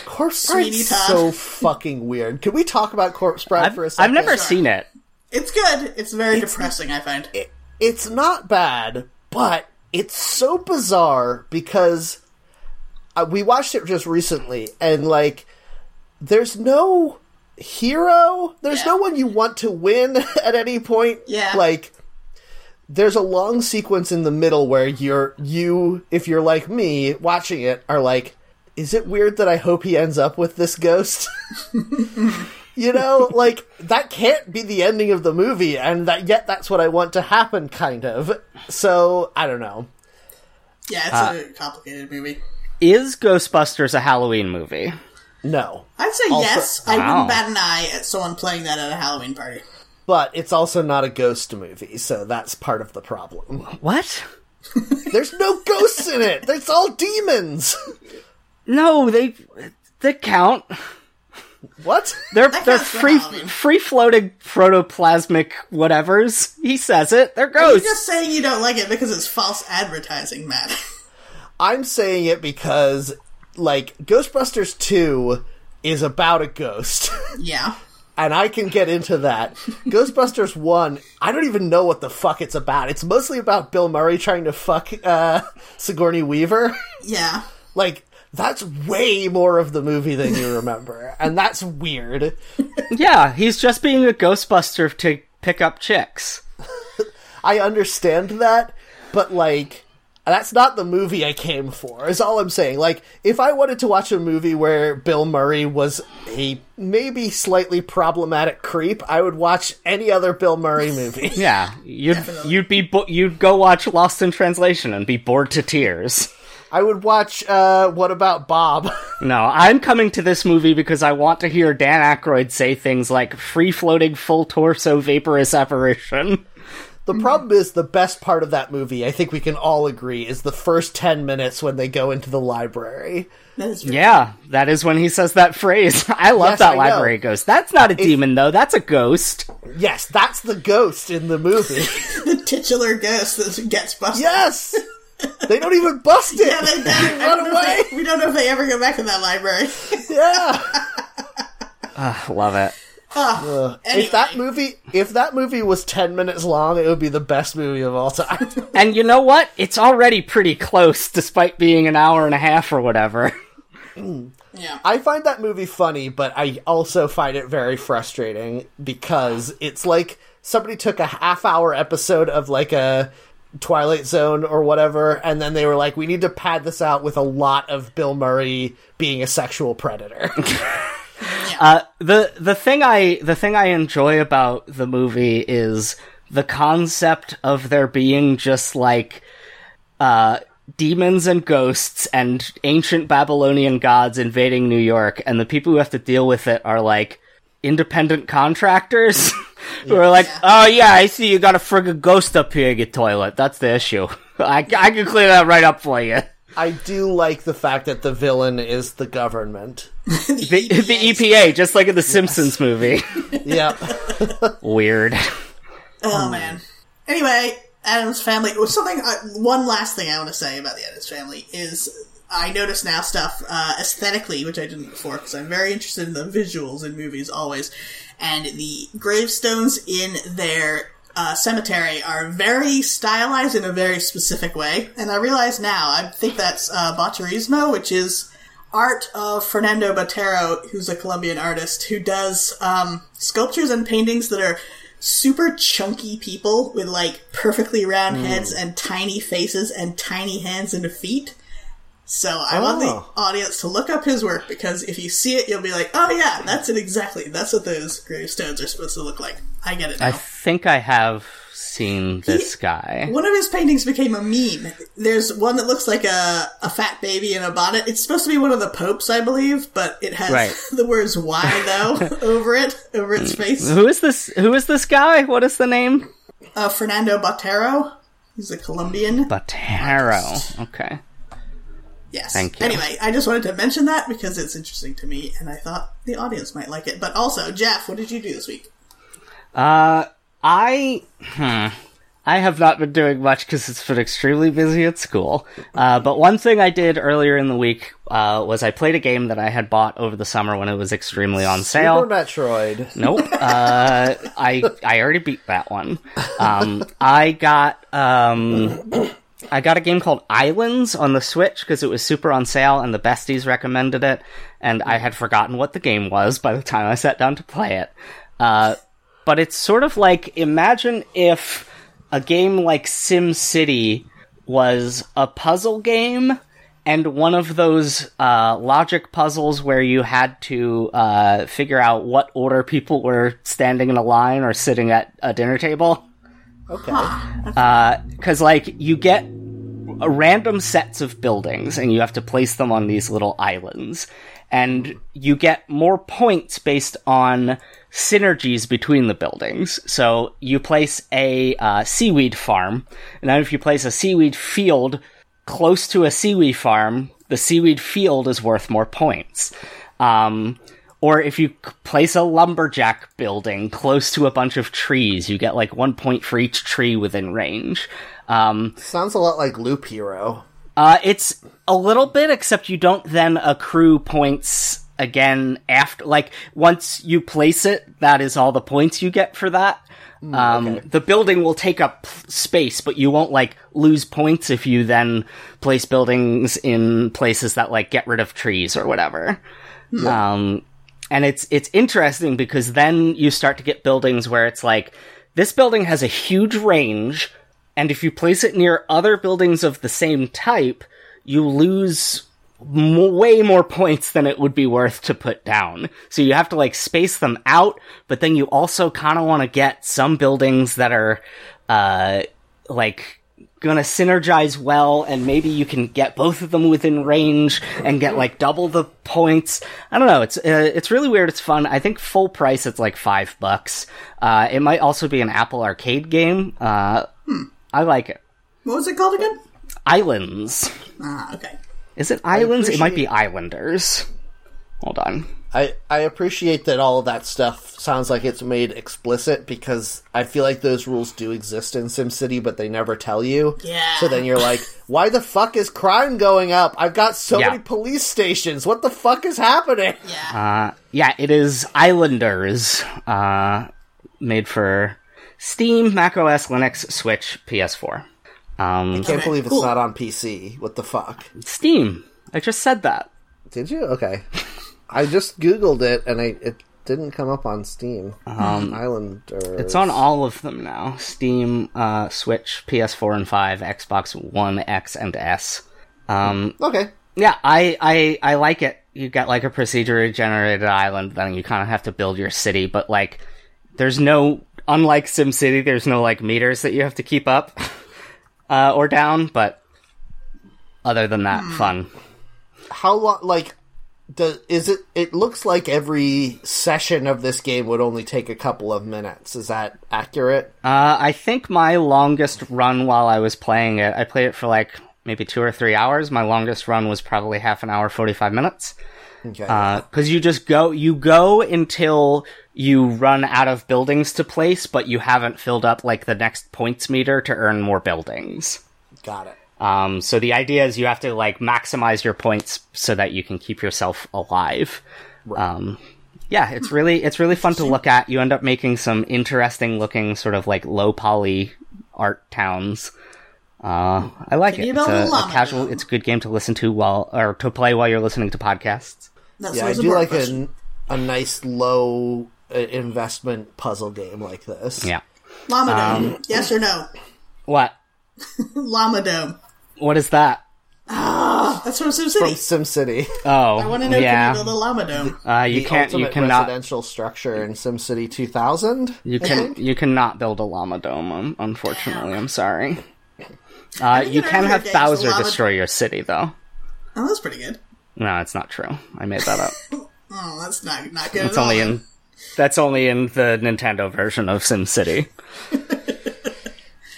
Speaker 1: Corpse Bride's
Speaker 3: Todd.
Speaker 1: so fucking weird. Can we talk about Corpse Bride
Speaker 2: I've,
Speaker 1: for a second?
Speaker 2: I've never seen it.
Speaker 3: It's good. It's very depressing, I find.
Speaker 1: It- It's not bad, but it's so bizarre because uh, we watched it just recently, and like, there's no hero. There's no one you want to win at any point.
Speaker 3: Yeah.
Speaker 1: like. There's a long sequence in the middle where you're you if you're like me watching it are like is it weird that I hope he ends up with this ghost? you know, like that can't be the ending of the movie, and that yet that's what I want to happen, kind of. So I don't know.
Speaker 3: yeah, it's
Speaker 1: Uh,
Speaker 3: a complicated movie.
Speaker 2: Is Ghostbusters a Halloween movie?
Speaker 1: No,
Speaker 3: I'd say
Speaker 1: also-
Speaker 3: yes. I
Speaker 2: Wow.
Speaker 3: wouldn't bat an eye at someone playing that at a Halloween party.
Speaker 1: but it's also not a ghost movie, so that's part of the problem.
Speaker 2: What?
Speaker 1: There's no ghosts in it. It's all demons.
Speaker 2: No, they they count.
Speaker 1: what?
Speaker 2: They're
Speaker 3: That
Speaker 2: they're
Speaker 3: counts for
Speaker 2: free
Speaker 3: Halloween.
Speaker 2: free floating protoplasmic whatever's. He says it. They're
Speaker 3: You're
Speaker 2: ghosts.
Speaker 3: just saying you don't like it because it's false advertising, Matt.
Speaker 1: I'm saying it because, like, Ghostbusters Two is about a ghost.
Speaker 3: yeah.
Speaker 1: and I can get into that. Ghostbusters 1, I don't even know what the fuck it's about. It's mostly about Bill Murray trying to fuck uh, Sigourney Weaver.
Speaker 3: Yeah.
Speaker 1: like, that's way more of the movie than you remember, and that's weird.
Speaker 2: Yeah, he's just being a Ghostbuster to pick up chicks.
Speaker 1: I understand that, but like, that's not the movie I came for, is all I'm saying. Like, if I wanted to watch a movie where Bill Murray was a maybe slightly problematic creep, I would watch any other Bill Murray movie.
Speaker 2: Yeah, you'd you'd be bo- you'd go watch Lost in Translation and be bored to tears.
Speaker 1: I would watch uh, What About Bob?
Speaker 2: No, I'm coming to this movie because I want to hear Dan Aykroyd say things like free floating full torso vaporous apparition.
Speaker 1: The problem is the best part of that movie, I think we can all agree, is the first 10 minutes when they go into the library.
Speaker 3: That is true.
Speaker 2: Yeah, that is when he says that phrase. I love
Speaker 1: Yes, I
Speaker 2: that
Speaker 1: know.
Speaker 2: library ghost. That's not a demon though, that's a ghost.
Speaker 1: Yes, that's the ghost in the movie.
Speaker 3: The titular ghost that gets busted.
Speaker 1: yes! They don't even bust it.
Speaker 3: Yeah, they, they
Speaker 1: Run
Speaker 3: run away.
Speaker 1: away.
Speaker 3: we don't know if they ever go back to that library.
Speaker 1: yeah.
Speaker 2: Ugh, love it.
Speaker 1: If Uh, that movie if that movie was 10 minutes long, it would be the best movie of all time.
Speaker 2: And you know what? It's already pretty close despite being an hour and a half or whatever.
Speaker 3: yeah.
Speaker 1: I find that movie funny, but I also find it very frustrating because it's like somebody took a half hour episode of like a Twilight Zone or whatever, and then they were like, we need to pad this out with a lot of Bill Murray being a sexual predator.
Speaker 2: Uh, the the thing I the thing I enjoy about the movie is the concept of there being just like uh, demons and ghosts and ancient Babylonian gods invading New York, and the people who have to deal with it are like independent contractors who are like, oh yeah, I see you got a friggin' ghost up here in your toilet. That's the issue. I I can clear that right up for you.
Speaker 1: I do like the fact that the villain is the government.
Speaker 2: The, the EPA, just like in the Simpsons movie.
Speaker 1: Yep.
Speaker 2: Weird.
Speaker 3: Oh man. Anyway, Adam's family. well, Something. I, one last thing I want to say about the Adams family is I notice now stuff uh, aesthetically, which I didn't before, because I'm very interested in the visuals in movies always, and the gravestones in their. Uh, cemetery are very stylized in a very specific way, and I realize now I think that's uh, Boturismo, which is art of Fernando Botero, who's a Colombian artist who does um, sculptures and paintings that are super chunky people with like perfectly round heads and tiny faces and tiny hands and feet. So I want
Speaker 1: Oh.
Speaker 3: the audience to look up his work because if you see it, you'll be like, "Oh yeah, that's it exactly. That's what those gravestones are supposed to look like." I get it now.
Speaker 2: I think I have seen this guy.
Speaker 3: One of his paintings became a meme. There's one that looks like a, a fat baby in a bonnet. It's supposed to be one of the popes, I believe, but it has
Speaker 2: Right.
Speaker 3: the words "why" though over it, over its face.
Speaker 2: Who is this? Who is this guy? What is the name?
Speaker 3: Uh, Fernando Botero. He's a Colombian.
Speaker 2: Botero. Okay.
Speaker 3: Yes.
Speaker 2: Thank you.
Speaker 3: Anyway, I just wanted to mention that because it's interesting to me, and I thought the audience might like it. But also, Jeff, what did you do this week?
Speaker 2: Uh, I hmm, I have not been doing much because it's been extremely busy at school. Uh, but one thing I did earlier in the week uh, was I played a game that I had bought over the summer when it was extremely on sale.
Speaker 1: Or Metroid.
Speaker 2: Nope. Uh, I I already beat that one. Um, I got um, I got a game called Islands on the Switch because it was super on sale and the besties recommended it, and I had forgotten what the game was by the time I sat down to play it. Uh, but it's sort of like imagine if a game like Sim City was a puzzle game and one of those uh, logic puzzles where you had to uh, figure out what order people were standing in a line or sitting at a dinner table
Speaker 1: Okay.
Speaker 2: because like you get a random sets of buildings and you have to place them on these little islands and you get more points based on synergies between the buildings so you place a uh, seaweed farm and then if you place a seaweed field close to a seaweed farm the seaweed field is worth more points um, or if you c- place a lumberjack building close to a bunch of trees, you get like one point for each tree within range. Um,
Speaker 1: Sounds a lot like Loop Hero.
Speaker 2: uh, it's a little bit, except you don't then accrue points again after. Like once you place it, that is all the points you get for that. Um, The building will take up p- space, but you won't like lose points if you then place buildings in places that like get rid of trees or whatever. Um, and it's it's interesting because then you start to get buildings where it's like this building has a huge range, and if you place it near other buildings of the same type, you lose mo way more points than it would be worth to put down. So you have to like space them out, but then you also kind of want to get some buildings that are uh like gonna synergize well, and maybe you can get both of them within range and get like double the points. I don't know. It's uh, it's really weird. It's fun. I think full price it's like five bucks. Uh, it might also be an Apple Arcade game. Uh, I like it.
Speaker 3: What was it called again?
Speaker 2: Islands.
Speaker 3: Ah, okay.
Speaker 2: Is it Islands? It might be
Speaker 1: appreciate-
Speaker 2: Islanders. Hold on.
Speaker 1: I, I appreciate that all of that stuff sounds like it's made explicit because I feel like those rules do exist in SimCity, but they never tell you.
Speaker 3: Yeah.
Speaker 1: So then you're like, why the fuck is crime going up? I've got so
Speaker 2: Yeah.
Speaker 1: many police stations. What the fuck is happening?
Speaker 3: Yeah.
Speaker 2: Uh, yeah, it is Islanders, uh, made for Steam, macOS, Linux, Switch, PS4. Um,
Speaker 1: Can't
Speaker 3: Okay,
Speaker 1: believe it's
Speaker 3: cool.
Speaker 1: not on PC. What the fuck?
Speaker 2: Steam. I just said that.
Speaker 1: Did you? Okay. I just Googled it and I it didn't come up on Steam. Um, Island.
Speaker 2: It's on all of them now: Steam, uh, Switch, PS4 and Five, Xbox One X and S. Um,
Speaker 1: Okay.
Speaker 2: yeah, I, I I like it. You got like a procedurally generated island, then you kind of have to build your city, but like, there's no unlike SimCity, there's no like meters that you have to keep up uh, or down. But other than that, fun.
Speaker 1: How long? Like, does is it? It looks like every session of this game would only take a couple of minutes. Is that accurate?
Speaker 2: Uh, I think my longest run while I was playing it, I played it for like maybe two or three hours. My longest run was probably half an hour, forty five minutes.
Speaker 1: Okay.
Speaker 2: because Uh, you just go you go until you run out of buildings to place but you haven't filled up like the next points meter to earn more buildings
Speaker 1: Got it.
Speaker 2: um, so the idea is you have to like maximize your points so that you can keep yourself alive um, yeah it's really it's really fun to look at you end up making some interesting looking sort of like low poly art towns uh, I like it.
Speaker 3: you
Speaker 2: It's
Speaker 3: build
Speaker 2: a,
Speaker 3: a
Speaker 2: a
Speaker 3: llama
Speaker 2: casual.
Speaker 3: dome?
Speaker 2: It's a good game to listen to while or to play while you're listening to podcasts.
Speaker 3: That's
Speaker 1: Yeah,
Speaker 3: what
Speaker 1: I
Speaker 3: was
Speaker 1: do like
Speaker 3: it.
Speaker 1: a, a nice low uh, investment puzzle game like this.
Speaker 2: Yeah.
Speaker 3: Llama Dome.
Speaker 1: um,
Speaker 3: yes or no?
Speaker 2: What?
Speaker 3: Llama Dome.
Speaker 2: What is that?
Speaker 3: That's from
Speaker 1: From
Speaker 3: SimCity.
Speaker 1: SimCity.
Speaker 2: Oh,
Speaker 3: I want to know
Speaker 2: yeah.
Speaker 3: can you build a llama dome?
Speaker 2: uh, you
Speaker 1: the
Speaker 2: can't. You
Speaker 1: ultimate
Speaker 2: cannot.
Speaker 1: residential structure in SimCity 2000.
Speaker 2: You can. You cannot build a llama dome. um, Unfortunately, I'm sorry. Uh, you
Speaker 3: it
Speaker 2: can
Speaker 3: earlier
Speaker 2: have
Speaker 3: days,
Speaker 2: Bowser
Speaker 3: llama-
Speaker 2: destroy your city, though.
Speaker 3: Oh, that's pretty good.
Speaker 2: No, it's not true. I made that up.
Speaker 3: Oh, that's not not good.
Speaker 2: It's
Speaker 3: at all.
Speaker 2: only in. That's only in the Nintendo version of SimCity.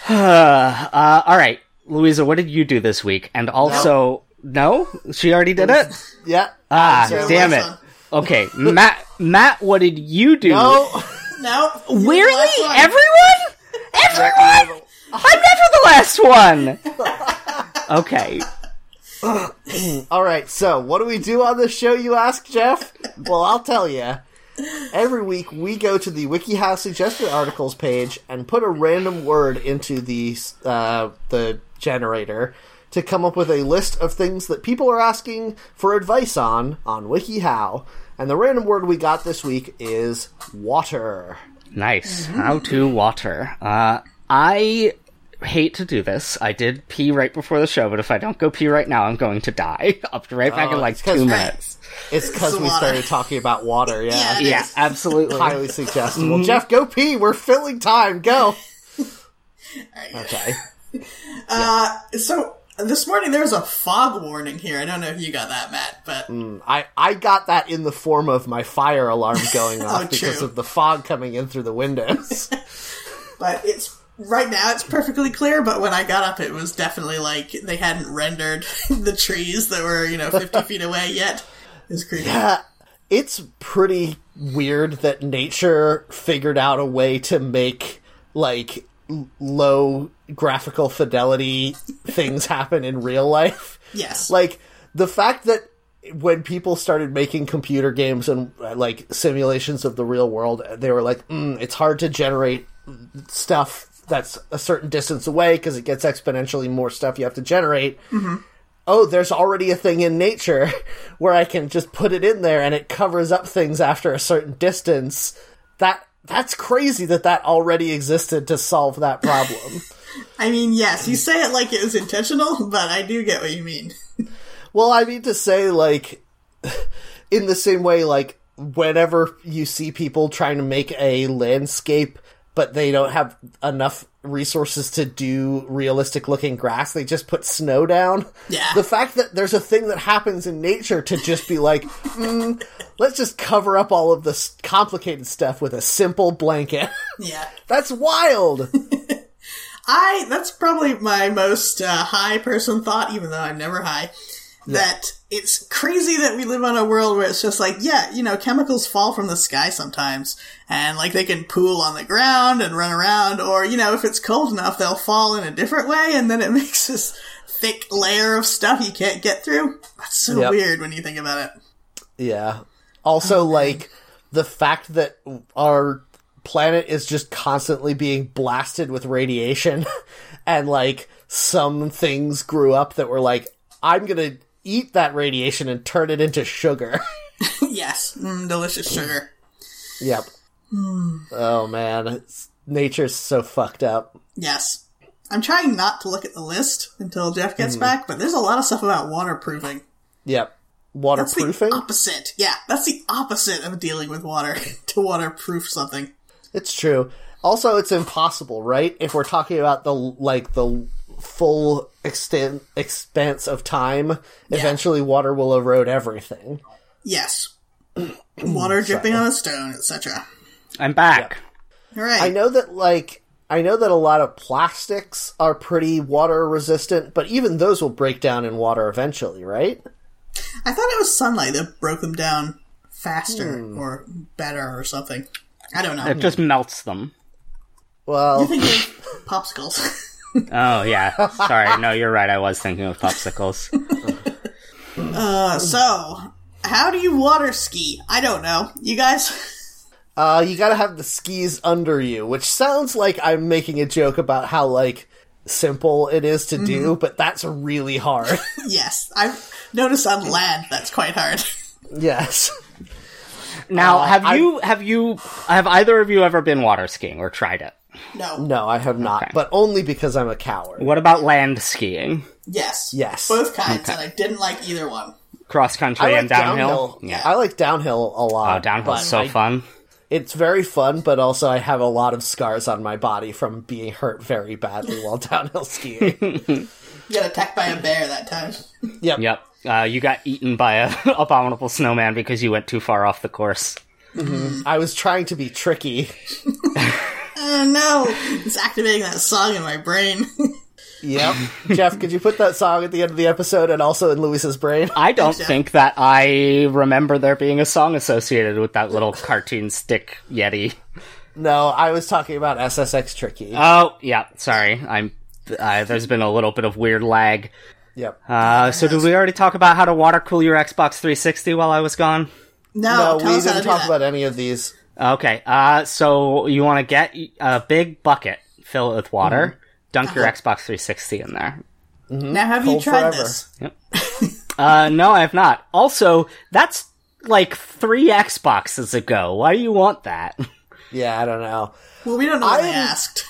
Speaker 2: uh, all right, Louisa, what did you do this week? And also, no, she already did it.
Speaker 1: Yeah.
Speaker 2: Ah,
Speaker 1: Sorry,
Speaker 2: damn it.
Speaker 3: last
Speaker 2: Okay, Matt. Matt, what did you do?
Speaker 1: No.
Speaker 3: no.
Speaker 2: Weirdly,
Speaker 3: Last one.
Speaker 2: everyone? Everyone? I'm never the last one! Okay.
Speaker 1: All right, so what do we do on this show, you ask, Jeff? Well, I'll tell you. Every week, we go to the WikiHow suggested articles page and put a random word into the uh, the generator to come up with a list of things that people are asking for advice on on WikiHow. And the random word we got this week is water.
Speaker 2: Nice. How to water. Uh, I hate to do this. I did pee right before the show, but if I don't go pee right now, I'm going to die. I'll be right back in like
Speaker 1: Oh, it's 'cause-
Speaker 2: two minutes.
Speaker 1: It's because
Speaker 3: It's
Speaker 1: we
Speaker 3: water.
Speaker 1: started talking about water. Yeah,
Speaker 3: Yeah.
Speaker 2: Yeah, absolutely.
Speaker 1: highly suggestible. Jeff, go pee. We're filling time. Go. Okay.
Speaker 3: So this morning there was a fog warning here. I don't know if you got that, Matt, but
Speaker 2: Hmm.
Speaker 1: I, I got that in the form of my fire alarm going off
Speaker 3: Oh,
Speaker 1: because
Speaker 3: true.
Speaker 1: of the fog coming in through the windows.
Speaker 3: but it's right now it's perfectly clear. But when I got up, it was definitely like they hadn't rendered the trees that were you know fifty feet away yet. It's creepy.
Speaker 1: it's pretty weird that nature figured out a way to make like l- low graphical fidelity things happen in real life.
Speaker 3: Yes.
Speaker 1: Like the fact that when people started making computer games and uh, like simulations of the real world, they were like, mm, it's hard to generate stuff that's a certain distance away because it gets exponentially more stuff you have to generate. Oh, there's already a thing in nature where I can just put it in there and it covers up things after a certain distance. That that's crazy that that already existed to solve that problem.
Speaker 3: I mean, yes, you say it like it was intentional, but I do get what you mean.
Speaker 1: Well, I mean to say, like, in the same way, like, whenever you see people trying to make a landscape, but they don't have enough resources to do realistic looking grass. They just put snow down.
Speaker 3: Yeah.
Speaker 1: The fact that there's a thing that happens in nature to just be like, mm, let's just cover up all of this complicated stuff with a simple blanket.
Speaker 3: Yeah.
Speaker 1: That's wild.
Speaker 3: I that's probably my most uh, high person thought, even though I'm never high. That it's crazy that we live on a world where it's just like, yeah, you know, chemicals fall from the sky sometimes, and like they can pool on the ground and run around, or you know, if it's cold enough, they'll fall in a different way, and then it makes this thick layer of stuff you can't get through. That's so
Speaker 1: Yep.
Speaker 3: weird when you think about it.
Speaker 1: Yeah.
Speaker 3: Oh,
Speaker 1: Also, like the fact that our planet is just constantly being blasted with radiation, and like some things grew up that were like, I'm gonna eat that radiation and turn it into sugar.
Speaker 3: yes, mm, delicious sugar.
Speaker 1: yep.
Speaker 3: Hmm.
Speaker 1: Oh man, it's, nature's so fucked up.
Speaker 3: Yes. I'm trying not to look at the list until Jeff gets back, but there's a lot of stuff about waterproofing.
Speaker 1: Yep.
Speaker 3: That's the
Speaker 1: Waterproofing.
Speaker 3: opposite. Yeah, that's the opposite of dealing with water to waterproof something.
Speaker 1: It's true. Also, it's impossible, right? If we're talking about the like the full extent expanse of time, eventually water will erode everything.
Speaker 3: Yes. water dripping on a stone, etc.
Speaker 2: I'm back.
Speaker 3: All right.
Speaker 1: I know that like I know that a lot of plastics are pretty water resistant, but even those will break down in water eventually, right?
Speaker 3: I thought it was sunlight that broke them down faster
Speaker 1: Hmm.
Speaker 3: or better or something. I don't know.
Speaker 2: It just melts them.
Speaker 1: Well,
Speaker 3: I think of popsicles.
Speaker 2: Oh yeah. Sorry. No, you're right. I was thinking of popsicles.
Speaker 3: Uh, so, how do you water ski? I don't know. You guys?
Speaker 1: Uh, you gotta have the skis under you, which sounds like I'm making a joke about how like simple it is to do, but that's really hard.
Speaker 3: yes. I've noticed on land that's quite hard.
Speaker 1: yes.
Speaker 2: Now,
Speaker 1: Uh,
Speaker 2: have
Speaker 1: I-
Speaker 2: you have you have either of you ever been water skiing or tried it?
Speaker 3: No.
Speaker 1: No, I have not,
Speaker 2: Okay.
Speaker 1: but only because I'm a coward.
Speaker 2: What about land skiing?
Speaker 3: Yes.
Speaker 1: Yes.
Speaker 3: Both kinds, and I didn't like either one.
Speaker 2: Cross country
Speaker 1: I like
Speaker 2: and downhill?
Speaker 1: Yeah.
Speaker 2: Yeah.
Speaker 1: I like downhill a lot.
Speaker 2: Oh, downhill's
Speaker 1: but
Speaker 2: so
Speaker 1: I-
Speaker 2: fun.
Speaker 1: It's very fun, but also I have a lot of scars on my body from being hurt very badly while downhill skiing.
Speaker 3: You got attacked by a bear that time.
Speaker 1: yep.
Speaker 2: Yep. Uh, you got eaten by a abominable snowman because you went too far off the course.
Speaker 1: I was trying to be tricky.
Speaker 3: Oh no! It's activating that song in my brain.
Speaker 1: Yep. Jeff, could you put that song at the end of the episode and also in Luis's brain?
Speaker 2: I don't think that I remember there being a song associated with that little cartoon stick yeti.
Speaker 1: No, I was talking about SSX Tricky.
Speaker 2: Oh, yeah. Sorry. I'm. Uh, there's been a little bit of weird lag.
Speaker 1: yep.
Speaker 2: Uh, so did we already talk about how to water cool your Xbox 360 while I was gone?
Speaker 3: No,
Speaker 1: no,
Speaker 3: tell
Speaker 1: we
Speaker 3: us how to
Speaker 1: didn't
Speaker 3: do
Speaker 1: talk
Speaker 3: that.
Speaker 1: about any of these.
Speaker 2: Okay. Uh, so you want to get a big bucket, fill it with water,
Speaker 1: Mm-hmm.
Speaker 2: dunk
Speaker 1: Uh-huh.
Speaker 2: your Xbox 360 in there.
Speaker 3: Now, have you
Speaker 1: Cold
Speaker 3: tried
Speaker 1: forever.
Speaker 3: this?
Speaker 2: Uh, no, I have not. Also, that's like three Xboxes ago. Why do you want that?
Speaker 1: Yeah, I don't know.
Speaker 3: Well, we don't know what
Speaker 1: I
Speaker 3: they
Speaker 1: am-
Speaker 3: asked.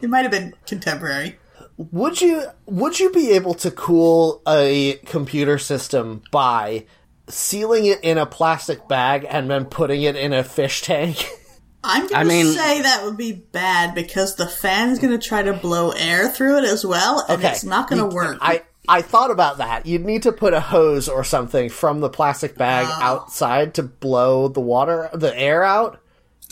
Speaker 3: It might have been contemporary.
Speaker 1: Would you would you be able to cool a computer system by sealing it in a plastic bag and then putting it in a fish tank?
Speaker 3: I'm gonna
Speaker 2: I mean-
Speaker 3: say that would be bad because the fan's gonna try to blow air through it as well, and
Speaker 1: Okay.
Speaker 3: it's not gonna work.
Speaker 1: I I thought about that. You'd need to put a hose or something from the plastic bag outside to blow the water the air out.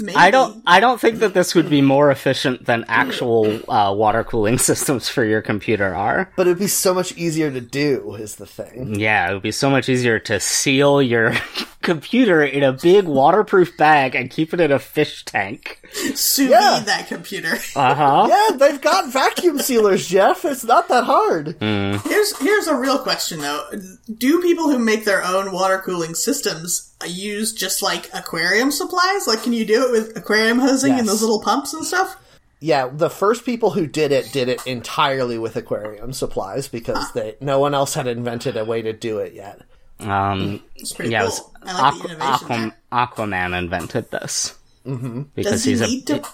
Speaker 3: Maybe.
Speaker 2: I don't. I don't think that this would be more efficient than actual uh, water cooling systems for your computer are.
Speaker 1: But it'd be so much easier to do is the thing.
Speaker 2: Yeah, it would be so much easier to seal your computer in a big waterproof bag and keep it in a fish tank.
Speaker 3: sous
Speaker 1: Yeah.
Speaker 3: vide that computer.
Speaker 2: Uh huh.
Speaker 1: Yeah, they've got vacuum sealers, Jeff. It's not that hard.
Speaker 3: Here's here's a real question though: Do people who make their own water cooling systems uh, use just like aquarium supplies? Like, can you do it with aquarium hosing and
Speaker 1: Yes.
Speaker 3: those little pumps and stuff?
Speaker 1: Yeah, the first people who did it did it entirely with aquarium supplies because they no one else had invented a way to do it yet.
Speaker 2: Um.
Speaker 3: It's pretty
Speaker 2: Yeah. It was
Speaker 3: cool. I like the
Speaker 2: Aqu-
Speaker 3: innovation.
Speaker 2: Aquam-
Speaker 3: there.
Speaker 2: Aquaman invented this mm-hmm. because
Speaker 3: Does he
Speaker 2: he's
Speaker 3: need
Speaker 2: a
Speaker 3: to?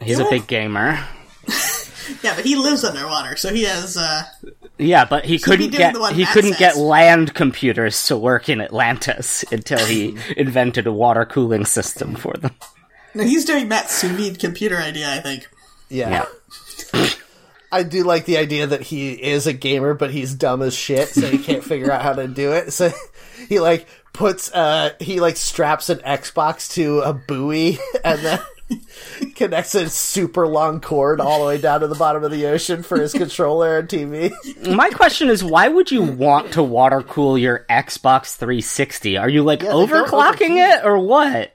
Speaker 2: he's a big gamer.
Speaker 3: Yeah, but he lives underwater, so he has. Uh,
Speaker 2: Yeah, but he couldn't
Speaker 3: doing
Speaker 2: get
Speaker 3: the one
Speaker 2: he
Speaker 3: Matt
Speaker 2: couldn't
Speaker 3: says.
Speaker 2: get land computers to work in Atlantis until he invented a water cooling system for them.
Speaker 3: No, he's doing Matt's sous vide computer idea, I think.
Speaker 1: Yeah.
Speaker 2: Yeah.
Speaker 1: I do like the idea that he is a gamer, but he's dumb as shit, so he can't figure out how to do it. So he like puts uh he like straps an Xbox to a buoy and then connects a super long cord all the way down to the bottom of the ocean for his controller and TV.
Speaker 2: My question is, why would you want to water cool your Xbox 360? Are you like
Speaker 1: Yeah, they don't
Speaker 2: overclocking it or what?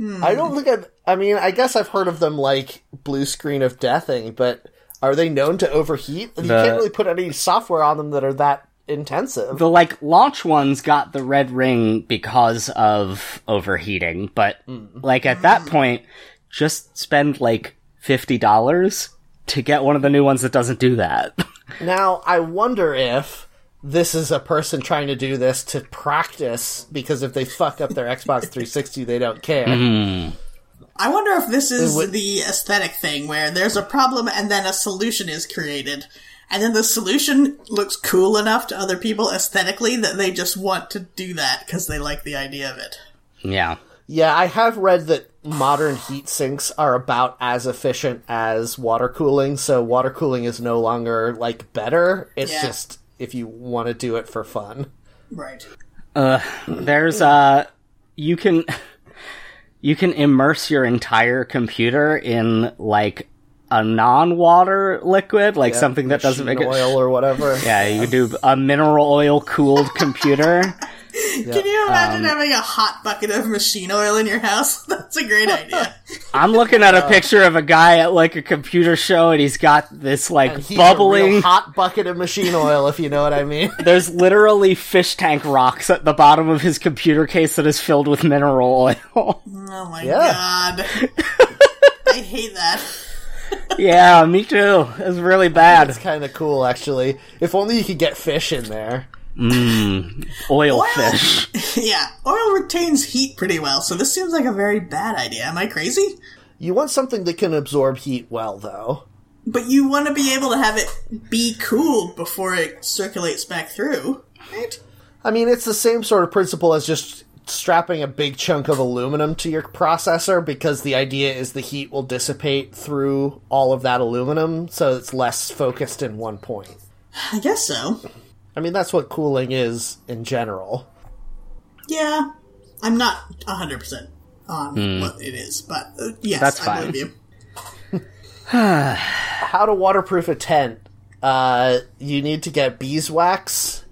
Speaker 1: I don't think I've. I mean, I guess I've heard of them like blue screen of deathing, but are they known to overheat? You
Speaker 2: The-
Speaker 1: can't really put any software on them that are that intensive.
Speaker 2: The like launch ones got the red ring because of overheating, but
Speaker 3: Mm.
Speaker 2: like at that point, just spend like fifty dollars to get one of the new ones that doesn't do that.
Speaker 1: Now, I wonder if this is a person trying to do this to practice because if they fuck up their Xbox 360, they don't care.
Speaker 2: Mm-hmm.
Speaker 3: I wonder if this is
Speaker 1: would-
Speaker 3: the aesthetic thing where there's a problem and then a solution is created. And then the solution looks cool enough to other people aesthetically that they just want to do that because they like the idea of it.
Speaker 2: yeah.
Speaker 1: Yeah, I have read that modern heat sinks are about as efficient as water cooling, so water cooling is no longer like better. It's
Speaker 3: Yeah.
Speaker 1: just if you want to do it for fun.
Speaker 3: Right.
Speaker 2: There's uh you can you can immerse your entire computer in like a non-water liquid, like something that doesn't make
Speaker 1: Machine
Speaker 2: it
Speaker 1: oil or whatever.
Speaker 2: Yeah, you could do a mineral oil cooled computer.
Speaker 3: Can you
Speaker 2: um,
Speaker 3: imagine having a hot bucket of machine oil in your house? That's a great idea.
Speaker 2: I'm looking at a picture of a guy at like a computer show and he's got this like
Speaker 1: He's a
Speaker 2: bubbling
Speaker 1: real hot bucket of machine oil, if you know what I mean.
Speaker 2: there's literally fish tank rocks at the bottom of his computer case that is filled with mineral oil.
Speaker 3: Oh my
Speaker 1: Yeah.
Speaker 3: god. I hate that.
Speaker 2: yeah, me too. It's really bad.
Speaker 1: It's kind of cool, actually. If only you could get fish in there.
Speaker 2: Oil
Speaker 3: Oil.
Speaker 2: fish.
Speaker 3: yeah, oil retains heat pretty well, so this seems like a very bad idea. Am I crazy?
Speaker 1: You want something that can absorb heat well, though.
Speaker 3: But you want to be able to have it be cooled before it circulates back through, right?
Speaker 1: I mean, it's the same sort of principle as just strapping a big chunk of aluminum to your processor because the idea is the heat will dissipate through all of that aluminum, so it's less focused in one point.
Speaker 3: I guess so.
Speaker 1: I mean, that's what cooling is in general.
Speaker 3: Yeah, I'm not 100% on what it is, but uh, yes,
Speaker 2: Hmm. That's
Speaker 3: I
Speaker 2: fine.
Speaker 3: believe you.
Speaker 1: How to waterproof a tent? Uh, you need to get beeswax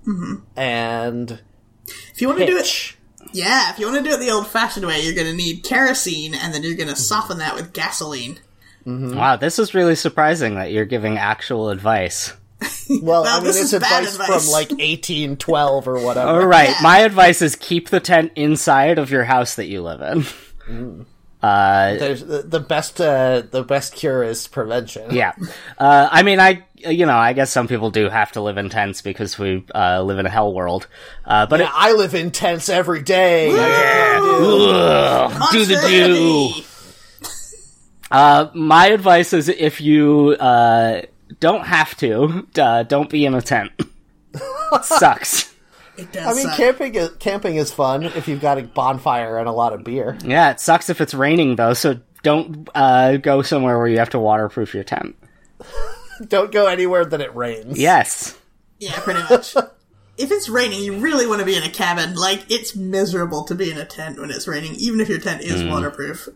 Speaker 1: and
Speaker 3: If Mm-hmm. you want to do it
Speaker 1: pitch.
Speaker 3: Yeah, if you want to do it the old fashioned way, you're going to need kerosene and then you're going to soften that with gasoline.
Speaker 2: Wow, this is really surprising that you're giving actual advice.
Speaker 1: Well,
Speaker 3: Well,
Speaker 1: I mean,
Speaker 3: this
Speaker 1: it's
Speaker 3: is bad
Speaker 1: advice,
Speaker 3: advice.
Speaker 1: from like 1812 or whatever.
Speaker 2: All right, my advice is keep the tent inside of your house that you live in. Uh,
Speaker 1: There's the, the best uh, the best cure is prevention.
Speaker 2: yeah. Uh, I mean, I you know, I guess some people do have to live in tents because we uh, live in a hell world. Uh, but
Speaker 1: Yeah, I live in tents every day.
Speaker 2: it, Ugh, do the do.
Speaker 3: Monster!
Speaker 2: Uh, my advice is if you uh, don't have to, uh, don't be in a tent. Sucks.
Speaker 3: It does
Speaker 1: I mean,
Speaker 3: suck.
Speaker 1: camping is, camping is fun if you've got a bonfire and a lot of beer.
Speaker 2: Yeah, it sucks if it's raining though. So don't uh, go somewhere where you have to waterproof your tent.
Speaker 1: Don't go anywhere that it rains.
Speaker 2: Yes.
Speaker 3: yeah, pretty much. if it's raining, you really want to be in a cabin. Like, it's miserable to be in a tent when it's raining, even if your tent is waterproof.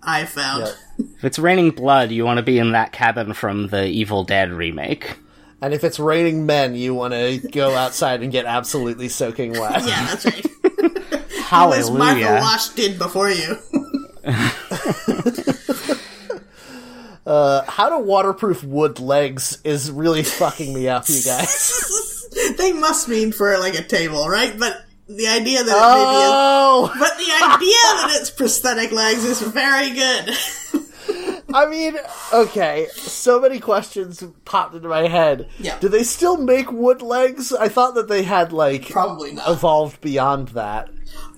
Speaker 3: I found.
Speaker 2: If it's raining blood, you want to be in that cabin from the Evil Dead remake.
Speaker 1: And if it's raining men, you want to go outside and get absolutely soaking wet.
Speaker 3: Yeah, that's right. As Martha
Speaker 2: Hallelujah.
Speaker 3: Wash did before you.
Speaker 1: How to waterproof wood legs is really fucking me up, you guys.
Speaker 3: they must mean for like a table, right? But the idea that it may be a
Speaker 1: oh,
Speaker 3: But the idea that it's prosthetic legs is very good.
Speaker 1: I mean, okay. So many questions popped into my head.
Speaker 3: Yeah.
Speaker 1: Do they still make wood legs? I thought that they had like
Speaker 3: Probably not.
Speaker 1: evolved beyond that.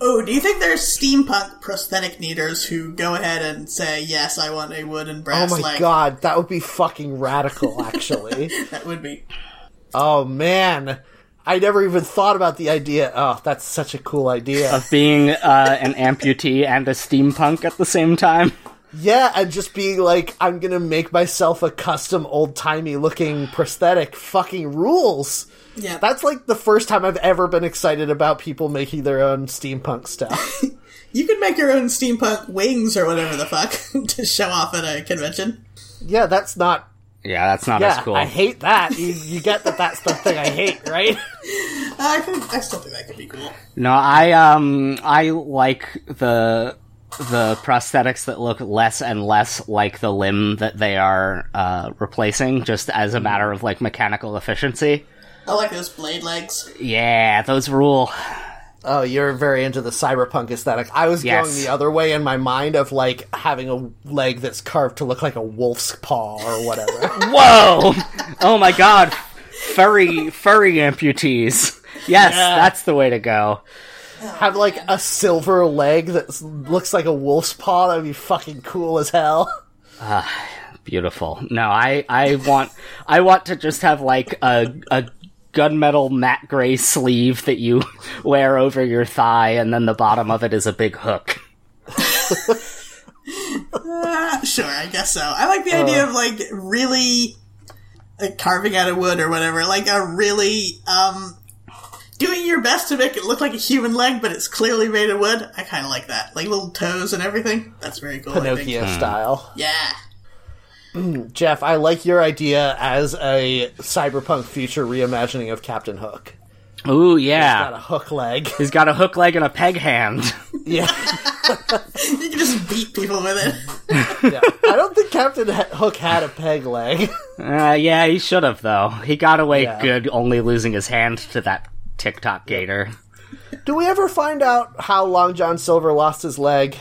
Speaker 3: Oh, do you think there's steampunk prosthetic kneaders who go ahead and say, yes, I want a wood and
Speaker 1: Oh
Speaker 3: brass
Speaker 1: my
Speaker 3: leg?
Speaker 1: god, that would be fucking radical, actually.
Speaker 3: That would be.
Speaker 1: oh man, I never even thought about the idea. Oh, that's such a cool idea.
Speaker 2: Being uh, an amputee and a steampunk at the same time.
Speaker 1: Yeah, and just being like, I'm gonna make myself a custom old timey looking prosthetic fucking rules.
Speaker 3: Yeah.
Speaker 1: That's like the first time I've ever been excited about people making their own steampunk stuff.
Speaker 3: you could make your own steampunk wings or whatever the fuck to show off at a convention.
Speaker 1: yeah, that's not.
Speaker 2: Yeah, that's not
Speaker 1: Yeah,
Speaker 2: as cool.
Speaker 1: I hate that. You, you get that that's the thing I hate, right?
Speaker 3: Uh, I, could, I still think that could be cool.
Speaker 2: No, I um I like the the prosthetics that look less and less like the limb that they are uh, replacing, just as a matter of like mechanical efficiency.
Speaker 3: I like those blade legs.
Speaker 2: Yeah, those rule.
Speaker 1: Oh, you're very into the cyberpunk aesthetic. I was
Speaker 2: Yes.
Speaker 1: going the other way in my mind of like having a leg that's carved to look like a wolf's paw or whatever.
Speaker 2: Whoa! oh my god, furry furry amputees. Yes, that's the way to go.
Speaker 1: Have like a silver leg that s- looks like a wolf's paw. That would be fucking cool as hell.
Speaker 2: Beautiful. No, I I want I want to just have like a a gunmetal matte gray sleeve that you wear over your thigh, and then the bottom of it is a big hook.
Speaker 3: Uh, sure, I guess so. I like the idea of like really like carving out of wood or whatever, like a really um doing your best to make it look like a human leg, but it's clearly made of wood. I kind of like that, like little toes and everything. That's very cool. I think.
Speaker 2: Hmm.
Speaker 1: Pinocchio style.
Speaker 3: Yeah.
Speaker 1: Jeff, I like your idea as a cyberpunk future reimagining of Captain Hook.
Speaker 2: Ooh
Speaker 1: Got a
Speaker 2: yeah,
Speaker 1: hook leg.
Speaker 2: he's got a hook leg and a peg hand.
Speaker 1: yeah.
Speaker 3: You can just beat people with it.
Speaker 1: yeah. I don't think Captain H- Hook had a peg leg.
Speaker 2: Uh, yeah, he should have though. He got away
Speaker 1: Yeah.
Speaker 2: good, only losing his hand to that TikTok gator.
Speaker 1: Do we ever find out how Long John Silver lost his leg?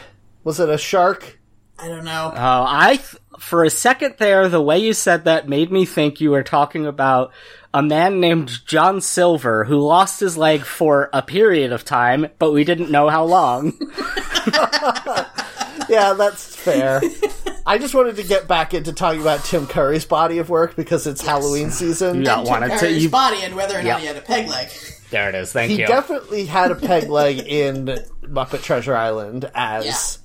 Speaker 1: Was it a shark?
Speaker 3: I don't know.
Speaker 2: Oh, I th- for a second there, the way you said that made me think you were talking about a man named John Silver who lost his leg for a period of time, but we didn't know how long.
Speaker 1: Yeah, that's fair. I just wanted to get back into talking about Tim Curry's body of work because it's Halloween season.
Speaker 2: You don't want it to.
Speaker 3: Harry's
Speaker 2: You,
Speaker 3: body and whether or not
Speaker 2: Yeah.
Speaker 3: he had a peg leg.
Speaker 2: there it is. Thank
Speaker 1: He
Speaker 2: you.
Speaker 1: definitely had a peg leg in Muppet Treasure Island as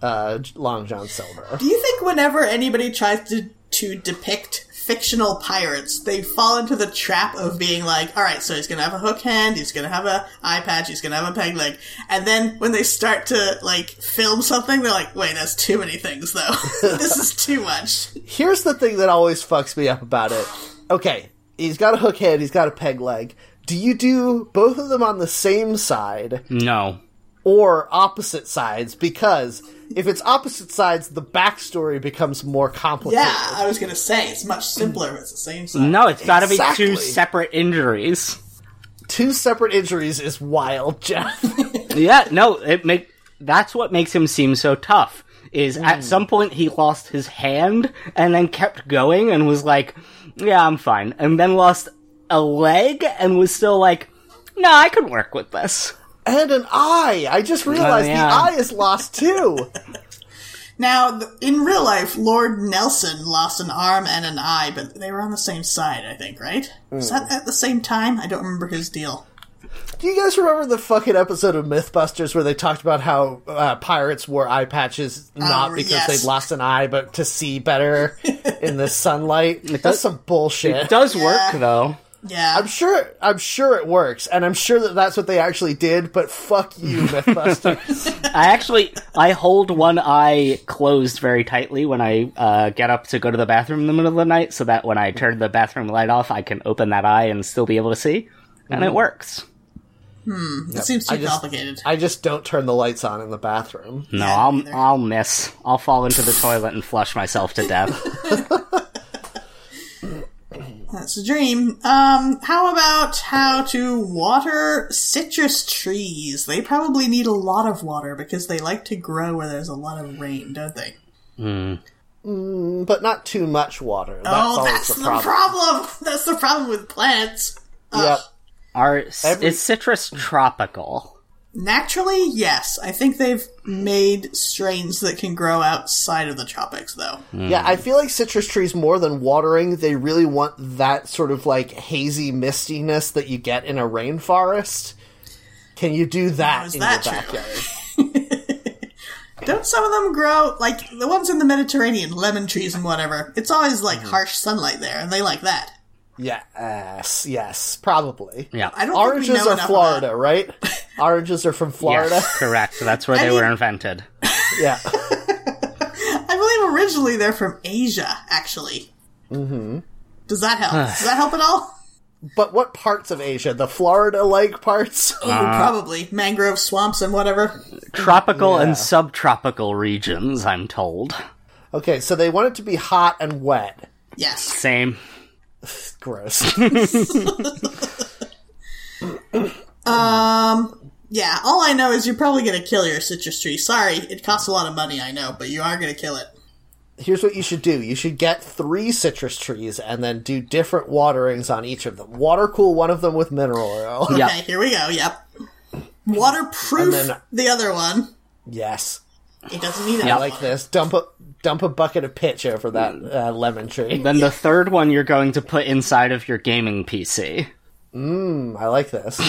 Speaker 1: uh, Long John Silver.
Speaker 3: Do you think whenever anybody tries to to depict fictional pirates, they fall into the trap of being like, all right, so he's gonna have a hook hand, he's gonna have a eye patch, he's gonna have a peg leg, and then when they start to like film something, they're like, wait, that's too many things though. this is too much.
Speaker 1: Here's the thing that always fucks me up about it. Okay, he's got a hook head, he's got a peg leg. Do you do both of them on the same side
Speaker 2: no.
Speaker 1: or opposite sides? Because if it's opposite sides, the backstory becomes more complicated.
Speaker 3: Yeah, I was gonna say it's much simpler, but it's the same size.
Speaker 2: No, it's got to
Speaker 1: Exactly.
Speaker 2: be two separate injuries.
Speaker 1: Two separate injuries is wild, Jeff.
Speaker 2: Yeah, no, it make that's what makes him seem so tough. Is at some point he lost his hand and then kept going and was like, "Yeah, I'm fine," and then lost a leg and was still like, "No, I can work with this."
Speaker 1: and an eye. I just realized the
Speaker 2: yeah.
Speaker 1: eye is lost too.
Speaker 3: Now, th- in real life, Lord Nelson lost an arm and an eye, but they were on the same side, I think, right? Was that at the same time? I don't remember his deal.
Speaker 1: Do you guys remember the fucking episode of Mythbusters where they talked about how uh, pirates wore eye patches not
Speaker 3: Oh,
Speaker 1: because
Speaker 3: yes.
Speaker 1: they'd lost an eye, but to see better in the sunlight? That's some bullshit.
Speaker 2: It does work though.
Speaker 3: Yeah.
Speaker 1: I'm sure. I'm sure it works, and I'm sure that that's what they actually did. But fuck you, Mythbusters.
Speaker 2: I actually I hold one eye closed very tightly when I uh, get up to go to the bathroom in the middle of the night, so that when I turn the bathroom light off, I can open that eye and still be able to see, and it works.
Speaker 3: It seems too
Speaker 1: I just-
Speaker 3: complicated.
Speaker 1: I just don't turn the lights on in the bathroom.
Speaker 2: No, I'll I'll miss. I'll fall into the toilet and flush myself to death.
Speaker 3: That's a dream. Um, how about how to water citrus trees? They probably need a lot of water because they like to grow where there's a lot of rain, don't they?
Speaker 1: But not too much water. That's
Speaker 3: oh,
Speaker 1: always
Speaker 3: that's
Speaker 1: the problem.
Speaker 3: That's the problem with plants.
Speaker 1: Yep.
Speaker 2: Are
Speaker 1: Every-
Speaker 2: is citrus tropical?
Speaker 3: Naturally, yes. I think they've made strains that can grow outside of the tropics, though.
Speaker 1: Yeah, I feel like citrus trees more than watering, they really want that sort of like hazy mistiness that you get in a rainforest. Can you do that
Speaker 3: is
Speaker 1: in
Speaker 3: that
Speaker 1: your
Speaker 3: true?
Speaker 1: backyard?
Speaker 3: Don't some of them grow like the ones in the Mediterranean, lemon trees and whatever? It's always
Speaker 1: Hmm.
Speaker 3: like harsh sunlight there, and they like that.
Speaker 1: Yes, yes, probably.
Speaker 2: Yeah.
Speaker 3: I don't. think we
Speaker 1: Oranges
Speaker 3: know
Speaker 1: are
Speaker 3: enough
Speaker 1: Florida, right? Oranges are from Florida.
Speaker 2: Yes, correct. That's where they
Speaker 3: mean-
Speaker 2: were invented.
Speaker 1: Yeah.
Speaker 3: About. I believe originally they're from Asia, actually. Mm-hmm. Does that help? Does that help at all?
Speaker 1: But what parts of Asia? The Florida like parts?
Speaker 3: Ooh, probably mangrove swamps and whatever.
Speaker 2: Tropical
Speaker 1: Yeah.
Speaker 2: and subtropical regions, I'm told.
Speaker 1: Okay, so they want it to be hot and wet.
Speaker 3: Yes.
Speaker 2: Same.
Speaker 1: Gross.
Speaker 3: Yeah. All I know is you're probably gonna kill your citrus tree. Sorry, it costs a lot of money, I know, but you are gonna kill it.
Speaker 1: Here's what you should do you should get three citrus trees and then do different waterings on each of them. Water cool one of them with mineral oil.
Speaker 2: Yep.
Speaker 3: Okay. Here we go. Yep. Waterproof
Speaker 1: And then-
Speaker 3: the other one.
Speaker 1: Yes.
Speaker 3: It doesn't need
Speaker 1: I
Speaker 3: that.
Speaker 1: like this. Dump a dump a bucket of pitch over that uh, lemon tree.
Speaker 2: Then the third one you're going to put inside of your gaming PC.
Speaker 1: I like this.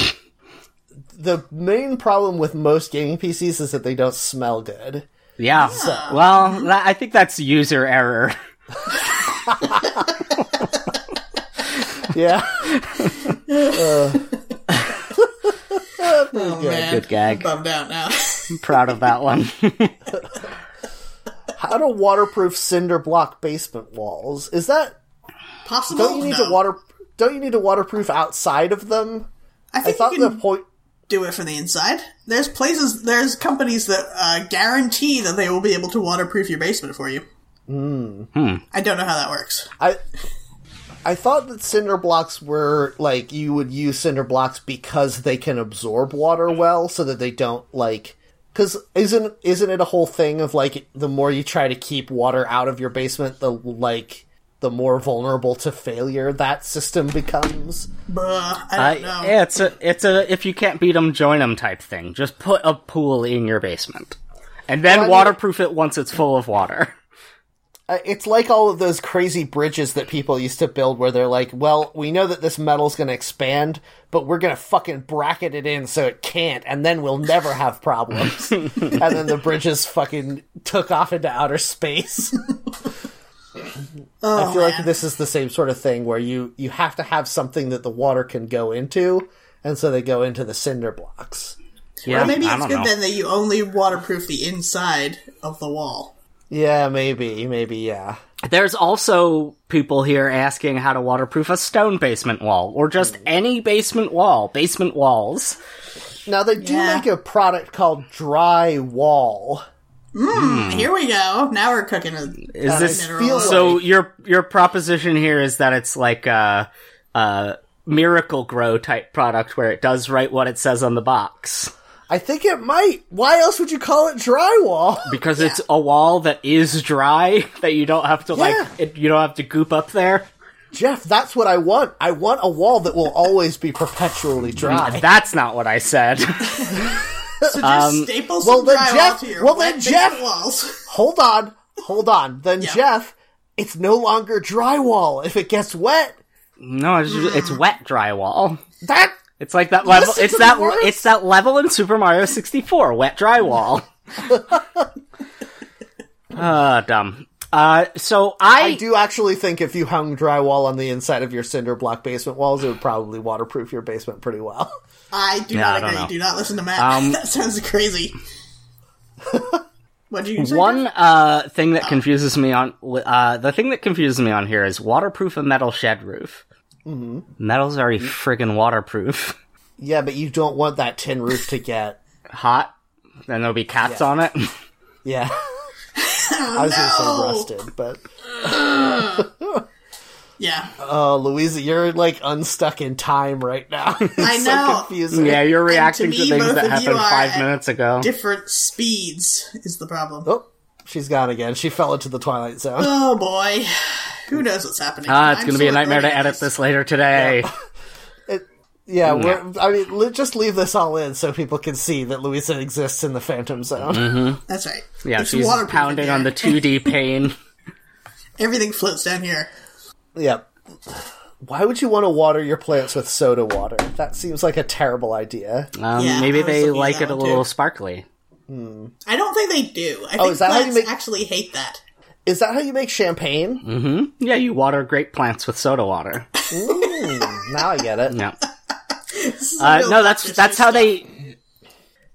Speaker 1: the main problem with most gaming PCs is that they don't smell good.
Speaker 2: Yeah. Well, that, I think that's user error.
Speaker 1: Yeah.
Speaker 3: Oh, man.
Speaker 2: Good gag.
Speaker 3: I'm bummed out now.
Speaker 2: I'm proud of that one.
Speaker 1: How to waterproof cinder block basement walls? Is that
Speaker 3: Possible?
Speaker 1: don't you need
Speaker 3: Oh, no.
Speaker 1: to water don't you need to waterproof outside of them?
Speaker 3: I
Speaker 1: I
Speaker 3: think
Speaker 1: thought
Speaker 3: you
Speaker 1: the
Speaker 3: can
Speaker 1: point
Speaker 3: do it from the inside. There's places, there's companies that uh, guarantee that they will be able to waterproof your basement for you.
Speaker 2: Hmm.
Speaker 3: I don't know how that works.
Speaker 1: I I thought that cinder blocks were like you would use cinder blocks because they can absorb water well, so that they don't like. Because isn't isn't it a whole thing of like the more you try to keep water out of your basement, the like the more vulnerable to failure that system becomes.
Speaker 3: Buh, I
Speaker 2: I,
Speaker 3: don't know.
Speaker 2: yeah, it's a it's a if you can't beat 'em, join 'em type thing. Just put a pool in your basement, and then
Speaker 1: Well, I mean-
Speaker 2: waterproof it once it's full of water.
Speaker 1: Uh, It's like all of those crazy bridges that people used to build, where they're like, "Well, we know that this metal's going to expand, but we're going to fucking bracket it in so it can't, and then we'll never have problems." and then the bridges fucking took off into outer space. I feel like this is the same sort of thing where you you have to have something that the water can go into, and so they go into the cinder blocks.
Speaker 2: Yeah,
Speaker 3: or maybe
Speaker 2: I
Speaker 3: it's
Speaker 2: don't
Speaker 3: good
Speaker 2: know.
Speaker 3: then that you only waterproof the inside of the wall.
Speaker 1: Yeah, maybe, maybe, yeah.
Speaker 2: There's also people here asking how to waterproof a stone basement wall, or just any basement wall. Basement walls.
Speaker 1: Now they do
Speaker 3: Yeah.
Speaker 1: make a product called Dry Wall.
Speaker 2: Hmm.
Speaker 3: Here we go. Now we're cooking a.
Speaker 2: Is this
Speaker 3: mineral oil.
Speaker 2: so? Your your proposition here is that it's like a, a miracle grow type product where it does right what it says on the box
Speaker 1: I think it might. Why else would you call it drywall?
Speaker 2: because it's a wall that is dry that you don't have to
Speaker 1: Yeah.
Speaker 2: like it, you don't have to goop up there.
Speaker 1: Jeff, that's what I want. I want a wall that will always be perpetually dry.
Speaker 2: Mm, That's not what I said.
Speaker 3: So just staple
Speaker 1: well,
Speaker 3: some
Speaker 1: then
Speaker 3: drywall
Speaker 1: Jeff-
Speaker 3: to your
Speaker 1: well,
Speaker 3: wet
Speaker 1: then Jeff-
Speaker 3: basement walls.
Speaker 1: Hold on. Hold on. Then,
Speaker 3: Yeah.
Speaker 1: Jeff, it's no longer drywall. If it gets wet,
Speaker 2: no, it's, just- it's wet drywall.
Speaker 1: that.
Speaker 2: It's like that level.
Speaker 1: Listen to
Speaker 2: it's that.
Speaker 1: the words.
Speaker 2: It's that level in Super Mario 64. Wet drywall. Ah, dumb. Uh, so I,
Speaker 1: I do actually think if you hung drywall on the inside of your cinder block basement walls, it would probably waterproof your basement pretty well.
Speaker 3: I do
Speaker 2: Yeah, I
Speaker 3: not
Speaker 2: don't
Speaker 3: agree.
Speaker 2: know.
Speaker 3: Do not listen to Matt.
Speaker 2: Um,
Speaker 3: that sounds crazy. what do you say?
Speaker 2: one uh thing that confuses me on uh the thing that confuses me on here is waterproof a metal shed roof.
Speaker 1: Mm-hmm.
Speaker 2: Metal's already friggin' waterproof.
Speaker 1: Yeah, but you don't want that tin roof to get.
Speaker 2: Hot. Then there'll be cats on it.
Speaker 1: Yeah. I was going to say rusted, but.
Speaker 3: Yeah.
Speaker 1: Oh, Louisa, you're like unstuck in time right now. It's
Speaker 3: I
Speaker 1: so
Speaker 3: know.
Speaker 1: confusing.
Speaker 2: yeah, you're reacting
Speaker 3: to
Speaker 2: to,
Speaker 3: me,
Speaker 2: things
Speaker 3: both
Speaker 2: that
Speaker 3: of you
Speaker 2: happened
Speaker 3: are
Speaker 2: five
Speaker 3: at
Speaker 2: minutes ago.
Speaker 3: different speeds is the problem. Oh,
Speaker 1: Oh, she's gone again. She fell into the twilight zone.
Speaker 3: boy, who knows what's happening?
Speaker 2: ah, it's
Speaker 3: I'm
Speaker 2: gonna be a
Speaker 3: still
Speaker 2: nightmare to
Speaker 3: learning
Speaker 2: edit this later today.
Speaker 1: It, yeah, we're. I mean, let, just leave this all in so people can see that Louisa exists in the Phantom Zone.
Speaker 2: Mm-hmm.
Speaker 3: That's right.
Speaker 2: Yeah,
Speaker 3: It's
Speaker 2: she's
Speaker 3: waterproof
Speaker 2: pounding
Speaker 3: in here.
Speaker 2: on the 2D pane.
Speaker 3: Everything floats down here.
Speaker 1: Yep. Why would you want to water your plants with soda water? That seems like a terrible idea.
Speaker 2: Um,
Speaker 3: Yeah, I
Speaker 2: maybe
Speaker 3: was
Speaker 2: they
Speaker 3: looking at
Speaker 2: like
Speaker 3: that
Speaker 2: it a
Speaker 3: one,
Speaker 2: little
Speaker 3: too.
Speaker 2: sparkly.
Speaker 3: I don't think they do. I think
Speaker 1: Oh, is that how you
Speaker 3: plants
Speaker 1: make-
Speaker 3: actually hate that.
Speaker 1: Is that how you make champagne?
Speaker 2: Mm. Mm-hmm. Yeah, you water grape plants with soda water.
Speaker 1: Mm, now I get it.
Speaker 2: No,
Speaker 3: This is
Speaker 2: uh,
Speaker 3: real
Speaker 2: no, that's
Speaker 3: Dr.
Speaker 2: that's
Speaker 3: Seuss
Speaker 2: how
Speaker 3: stuff.
Speaker 2: they.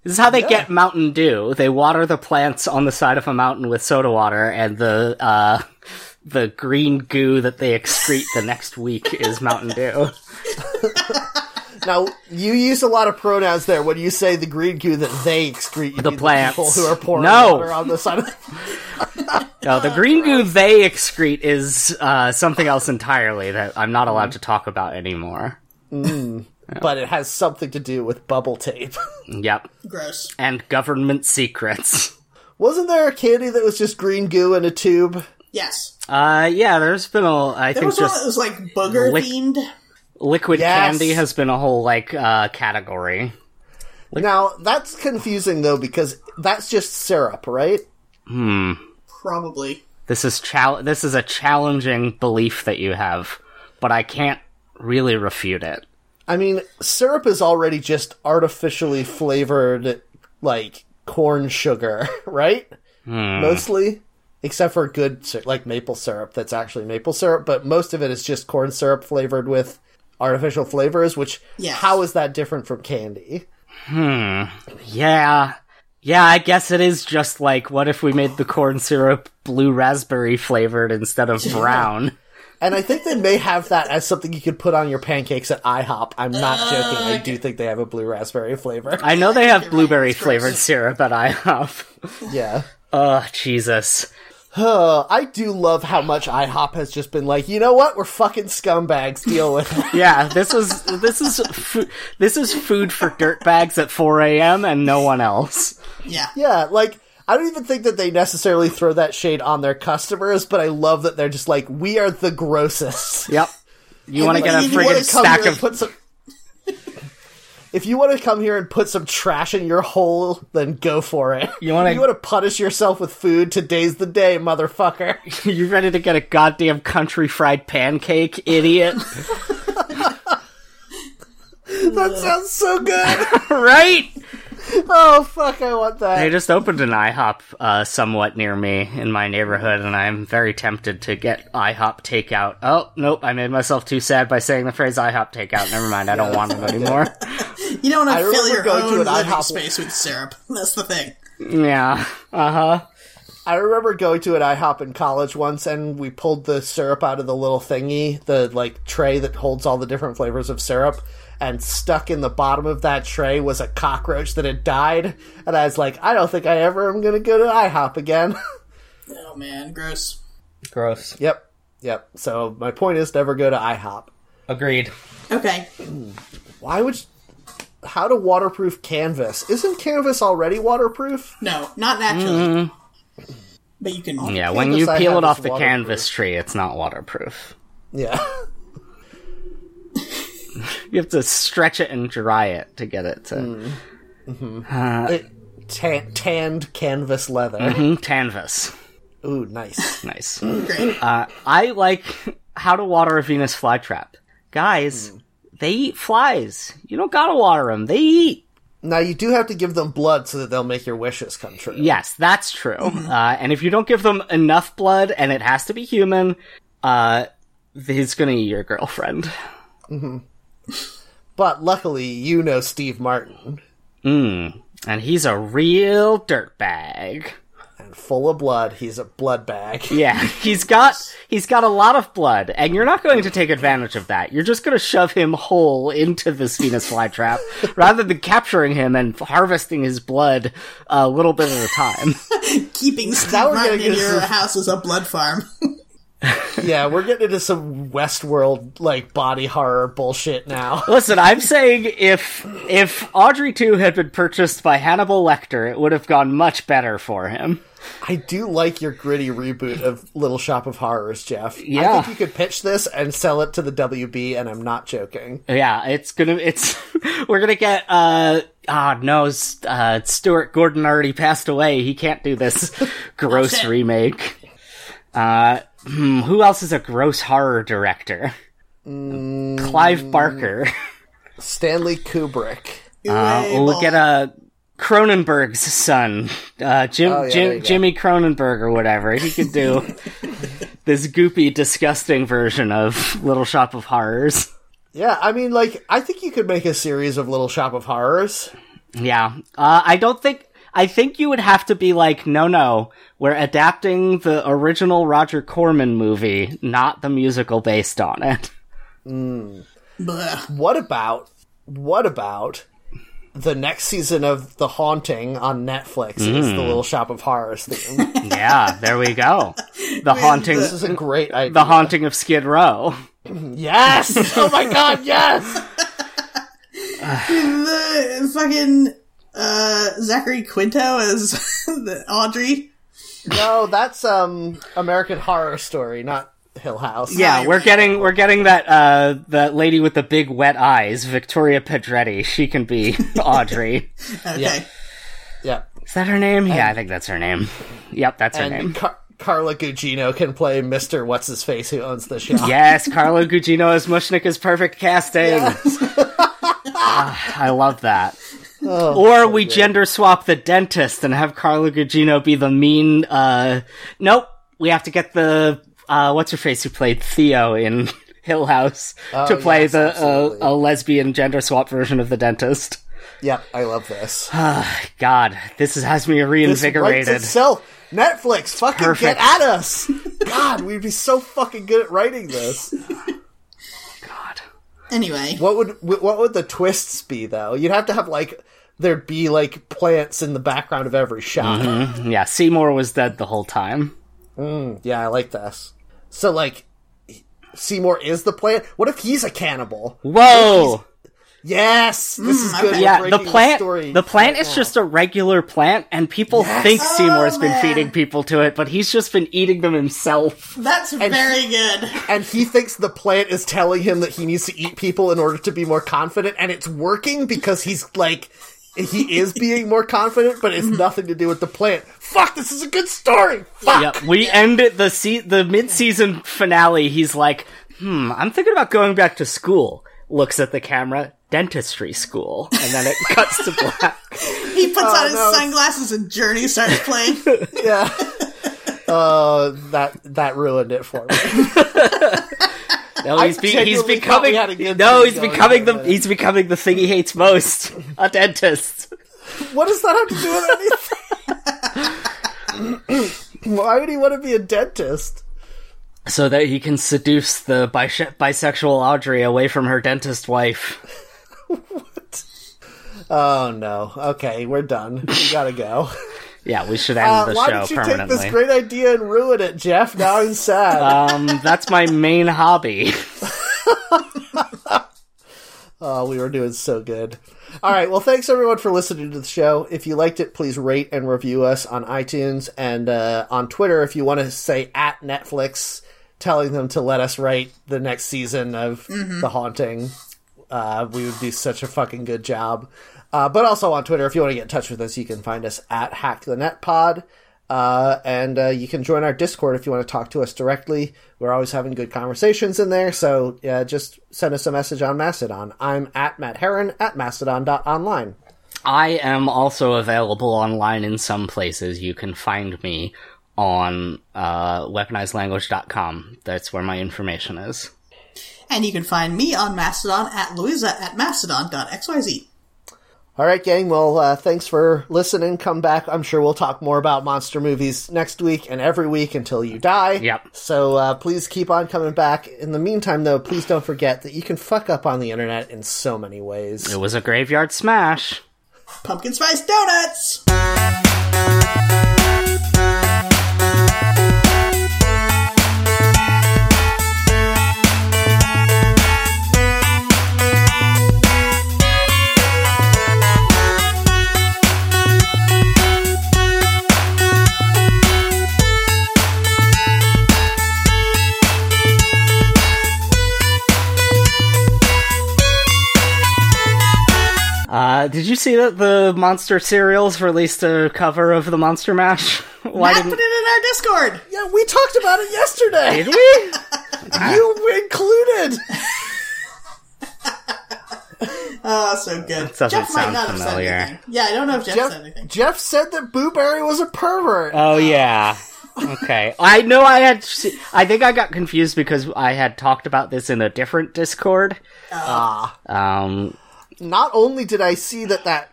Speaker 2: This is how they get Mountain Dew. They water the plants on the side of a mountain with soda water, and the uh, the green goo that they excrete the next week is Mountain Dew.
Speaker 1: Now you use a lot of pronouns there when you say the green goo that they excrete. You
Speaker 2: The
Speaker 1: mean
Speaker 2: plants.
Speaker 1: people who are pouring
Speaker 2: No.
Speaker 1: water on the side. Of
Speaker 2: No,
Speaker 3: Oh,
Speaker 2: the green goo they excrete is uh, something else entirely that I'm not allowed to talk about anymore.
Speaker 1: but it has something to do with bubble tape.
Speaker 2: Yep,
Speaker 3: Gross.
Speaker 2: and government secrets.
Speaker 1: Wasn't there a candy that was just green goo in a tube?
Speaker 3: Yes.
Speaker 2: Uh, yeah, there's been a. I
Speaker 3: There
Speaker 2: think
Speaker 3: was
Speaker 2: just
Speaker 3: one that was like booger
Speaker 2: lick-
Speaker 3: themed.
Speaker 2: liquid
Speaker 1: Yes.
Speaker 2: candy has been a whole like uh, category.
Speaker 1: Now that's confusing though because that's just syrup, right?
Speaker 3: Probably.
Speaker 2: This is chal- This is a challenging belief that you have, but I can't really refute it.
Speaker 1: I mean, syrup is already just artificially flavored, like corn sugar, right? Mostly, except for good, sy- like maple syrup. That's actually maple syrup, but most of it is just corn syrup flavored with artificial flavors. Which,
Speaker 3: Yes.
Speaker 1: how is that different from candy?
Speaker 2: Yeah, yeah. I guess it is just like, what if we made the corn syrup blue raspberry flavored instead of brown?
Speaker 1: And I think they may have that as something you could put on your pancakes at IHOP. I'm not joking. I do think they have a blue raspberry flavor.
Speaker 2: I know they have
Speaker 3: right,
Speaker 2: blueberry
Speaker 3: it's gross.
Speaker 2: flavored syrup at IHOP.
Speaker 1: yeah.
Speaker 2: oh Jesus!
Speaker 1: Uh, I do love how much IHOP has just been like, you know what? We're fucking scumbags. Deal with it.
Speaker 2: Yeah, this was this is fu- this is food for dirtbags at 4 a.m. and no one else.
Speaker 3: Yeah.
Speaker 1: Yeah, like I don't even think that they necessarily throw that shade on their customers, but I love that they're just like, we are the grossest.
Speaker 2: Yep. You want to get a
Speaker 3: Everybody
Speaker 2: friggin'
Speaker 3: wanna come
Speaker 2: stack
Speaker 1: here and
Speaker 2: of
Speaker 1: put some. If you want to come here and put some trash in your hole, then go for it.
Speaker 2: You wanna-
Speaker 1: you want to punish yourself with food? Today's the day, motherfucker.
Speaker 2: You ready to get a goddamn country fried pancake, idiot?
Speaker 1: that sounds so good.
Speaker 2: right?
Speaker 1: oh fuck, I want
Speaker 2: They
Speaker 1: that.
Speaker 2: just opened an IHOP uh, somewhat near me in my neighborhood, and I'm very tempted to get IHOP takeout. Oh, nope, I made myself too sad by saying the phrase IHOP takeout. Never mind, I don't want it anymore.
Speaker 3: You don't want to fill
Speaker 1: remember
Speaker 3: your
Speaker 1: going to
Speaker 3: own
Speaker 1: an
Speaker 3: living
Speaker 1: IHOP-
Speaker 3: space with syrup. That's the thing.
Speaker 2: yeah. Uh huh.
Speaker 1: I remember going to an IHOP in college once, and we pulled the syrup out of the little thingy, the like tray that holds all the different flavors of syrup. And stuck in the bottom of that tray was a cockroach that had died. And I was like, I don't think I ever am going to go to IHOP again.
Speaker 3: Oh man, gross.
Speaker 2: Gross.
Speaker 1: yep. Yep. So my point is never go to IHOP.
Speaker 2: Agreed.
Speaker 3: Okay.
Speaker 1: Why would. You... How to waterproof canvas? Isn't canvas already waterproof?
Speaker 3: No, not naturally. But you can.
Speaker 2: Mm. Yeah, when you
Speaker 1: Canvas I
Speaker 2: peel
Speaker 1: have
Speaker 2: it
Speaker 1: is
Speaker 2: off the
Speaker 1: waterproof.
Speaker 2: canvas tree, it's not waterproof.
Speaker 1: Yeah.
Speaker 2: You have to stretch it and dry it to get it to.
Speaker 1: Mm. it, tan- tanned canvas leather.
Speaker 2: Mm, Canvas.
Speaker 1: Ooh, nice.
Speaker 2: Nice.
Speaker 3: Great.
Speaker 2: Uh, I like how to water a Venus flytrap. Guys, they eat flies. You don't gotta water them. They eat.
Speaker 1: Now you do have to give them blood so that they'll make your wishes come true.
Speaker 2: Yes, that's true. Uh, and if you don't give them enough blood, and it has to be human, uh, he's gonna eat your girlfriend.
Speaker 1: But luckily, you know Steve Martin
Speaker 2: And he's a real dirtbag.
Speaker 1: and full of blood. He's a blood bag.
Speaker 2: Yeah, he's got he's got a lot of blood, and you're not going to take advantage of that. You're just going to shove him whole into this Venus flytrap rather than capturing him and harvesting his blood a little bit at a time.
Speaker 3: Keeping Steve
Speaker 1: we're
Speaker 3: Martin
Speaker 1: getting
Speaker 3: in
Speaker 1: into
Speaker 3: your
Speaker 1: some-
Speaker 3: house is a blood farm.
Speaker 2: Uh,
Speaker 1: yeah, we're getting into some Westworld like body horror bullshit now.
Speaker 2: Listen, I'm saying if if Audrey 2 had been purchased by Hannibal Lecter, it would have gone much better for him.
Speaker 1: I do like your gritty reboot of Little Shop of Horrors, Jeff. I
Speaker 2: Yeah.
Speaker 1: think you could pitch this and sell it to the WB, and I'm not joking.
Speaker 2: Yeah, it's gonna it's we're gonna get uh ah no S- uh Stuart Gordon already passed away. He can't do this gross
Speaker 3: Shit.
Speaker 2: remake. Uh hmm, who else is a gross horror director?
Speaker 1: Mm.
Speaker 2: Clive Barker.
Speaker 1: Stanley Kubrick.
Speaker 2: oh, Uh, we'll get a Cronenberg's son, uh, Jim,
Speaker 1: Oh, yeah, there you
Speaker 2: Jim
Speaker 1: go.
Speaker 2: Jimmy Cronenberg or whatever. He could do this goopy, disgusting version of Little Shop of Horrors.
Speaker 1: Yeah, I mean, like, I think you could make a series of Little Shop of Horrors.
Speaker 2: Yeah, uh, I don't think. I think you would have to be like, no, no, we're adapting the original Roger Corman movie, not the musical based on it.
Speaker 3: Blech.
Speaker 1: What about, what about the next season of The Haunting on Netflix is
Speaker 2: Hmm.
Speaker 1: the Little Shop of Horrors theme?
Speaker 2: yeah, there we go. The haunting,
Speaker 1: this is a great idea.
Speaker 2: the haunting of Skid Row.
Speaker 1: yes! Oh my god, yes!
Speaker 3: The fucking uh, Zachary Quinto as the Audrey.
Speaker 1: No, that's, um, American Horror Story, not Hill House.
Speaker 2: Yeah,
Speaker 3: you're
Speaker 2: we're
Speaker 3: right.
Speaker 2: getting we're getting that uh that lady with the big wet eyes, Victoria Pedretti. She can be Audrey.
Speaker 3: Okay.
Speaker 1: Yeah. Yeah.
Speaker 2: Is that her name? Yeah, I think that's her name. Yep, that's her
Speaker 1: And
Speaker 2: name.
Speaker 1: Car- Carla Gugino can play Mr. What's-His-Face who owns the shop.
Speaker 2: Yes, Carlo Gugino as Mushnik is perfect casting. Ah, I love that.
Speaker 1: Oh,
Speaker 2: or we gender swap the dentist and have Carlo Gugino be the mean. uh Nope, we have to get the uh what's her face who played Theo in Hill House to play
Speaker 1: Oh, yes,
Speaker 2: the uh,
Speaker 1: absolutely.
Speaker 2: a lesbian gender swap version of the dentist.
Speaker 1: Yep, I love this.
Speaker 2: God, this is- has me
Speaker 1: Writes
Speaker 2: reinvigorated.
Speaker 1: itself. Netflix, fucking
Speaker 2: Perfect.
Speaker 1: get at us. God, we'd be so fucking good at writing this.
Speaker 2: God.
Speaker 3: Anyway,
Speaker 1: What would what would the twists be though? You'd have to have like there be like plants in the background of every shot.
Speaker 2: Yeah, Seymour was dead the whole time.
Speaker 1: Yeah, I like this. So like Seymour is the plant. What if he's a cannibal?
Speaker 2: Whoa!
Speaker 1: Yes, this is good. We're
Speaker 3: okay.
Speaker 2: Mm, Yeah, the
Speaker 1: breaking
Speaker 2: plant.
Speaker 1: story.
Speaker 2: The plant is just a regular plant, and people think Seymour's
Speaker 3: Oh,
Speaker 2: been
Speaker 3: man.
Speaker 2: feeding people to it, but he's just been eating them himself.
Speaker 3: that's very good.
Speaker 1: and he thinks the plant is telling him that he needs to eat people in order to be more confident, and it's working because he's like he is being more confident, but it's nothing to do with the plant. Fuck, this is a good story. Fuck.
Speaker 2: Yep. We end it the se- the mid season finale. He's like, "Hmm, I'm thinking about going back to school." Looks at the camera, dentistry school, and then it cuts to black.
Speaker 3: He puts on his
Speaker 1: no.
Speaker 3: sunglasses and Journey starts playing.
Speaker 1: Yeah. Uh, that that ruined it for me.
Speaker 2: No, he's,
Speaker 1: I
Speaker 2: be- he's
Speaker 1: genuinely
Speaker 2: becoming.
Speaker 1: thought we had a good
Speaker 2: No,
Speaker 1: thing
Speaker 2: he's
Speaker 1: going
Speaker 2: becoming
Speaker 1: there,
Speaker 2: the
Speaker 1: but-
Speaker 2: he's becoming the thing he hates most, a dentist.
Speaker 1: What does that have to do with anything? Why would he want to be a dentist?
Speaker 2: So that he can seduce the bis- bisexual Audrey away from her dentist wife.
Speaker 1: Oh no. Okay, we're done. We gotta go.
Speaker 2: Yeah, we should end
Speaker 1: Uh,
Speaker 2: the
Speaker 1: why
Speaker 2: show
Speaker 1: did you take
Speaker 2: permanently.
Speaker 1: this great idea and ruin it, Jeff? Now I'm sad.
Speaker 2: um, that's my main hobby.
Speaker 1: Oh, we were doing so good. All right. Well, thanks everyone for listening to the show. If you liked it, please rate and review us on iTunes and uh, on Twitter. If you want to say at Netflix, telling them to let us write the next season of The Haunting, uh, we would do such a fucking good job. Uh, but also on Twitter, if you want to get in touch with us, you can find us at Hack the Net Pod. Uh, and uh, you can join our Discord if you want to talk to us directly. We're always having good conversations in there, so uh, just send us a message on Mastodon. I'm at Matt Heron at mastodon.online.
Speaker 2: I am also available online in some places. You can find me on uh, weaponizedlanguage.com. That's where my information is.
Speaker 3: and you can find me on Mastodon at Louisa at mastodon.xyz.
Speaker 1: All right, gang. Well, uh, thanks for listening. Come back. I'm sure we'll talk more about monster movies next week and every week until you die.
Speaker 2: Yep.
Speaker 1: So uh, please keep on coming back. In the meantime, though, please don't forget that you can fuck up on the internet in so many ways.
Speaker 2: It was a graveyard smash.
Speaker 3: Pumpkin spice donuts!
Speaker 2: Uh, did you see that the Monster Cereals released a cover of the Monster Mash? Why
Speaker 3: Matt put
Speaker 2: didn't
Speaker 3: it in our Discord!
Speaker 1: Yeah, we talked about it yesterday.
Speaker 2: did we?
Speaker 1: you included.
Speaker 3: Oh, so good.
Speaker 2: doesn't
Speaker 3: Jeff might
Speaker 2: sound
Speaker 3: not have
Speaker 2: familiar.
Speaker 3: said anything. Yeah, I don't know if Jeff,
Speaker 1: Jeff,
Speaker 3: said anything.
Speaker 1: Jeff said that Boo Berry was a pervert.
Speaker 2: Oh yeah. Okay. I know I had se- I think I got confused because I had talked about this in a different Discord.
Speaker 1: Ah.
Speaker 2: Um
Speaker 1: Not only did I see that that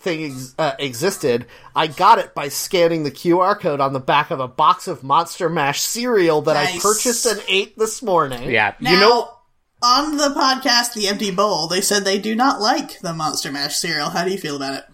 Speaker 1: thing ex- uh, existed, I got it by scanning the QR code on the back of a box of Monster Mash cereal that I
Speaker 3: Nice.
Speaker 1: purchased and ate this morning.
Speaker 2: yeah.
Speaker 3: Now,
Speaker 2: you know
Speaker 3: on the podcast, The Empty Bowl, they said they do not like the Monster Mash cereal. How do you feel about it?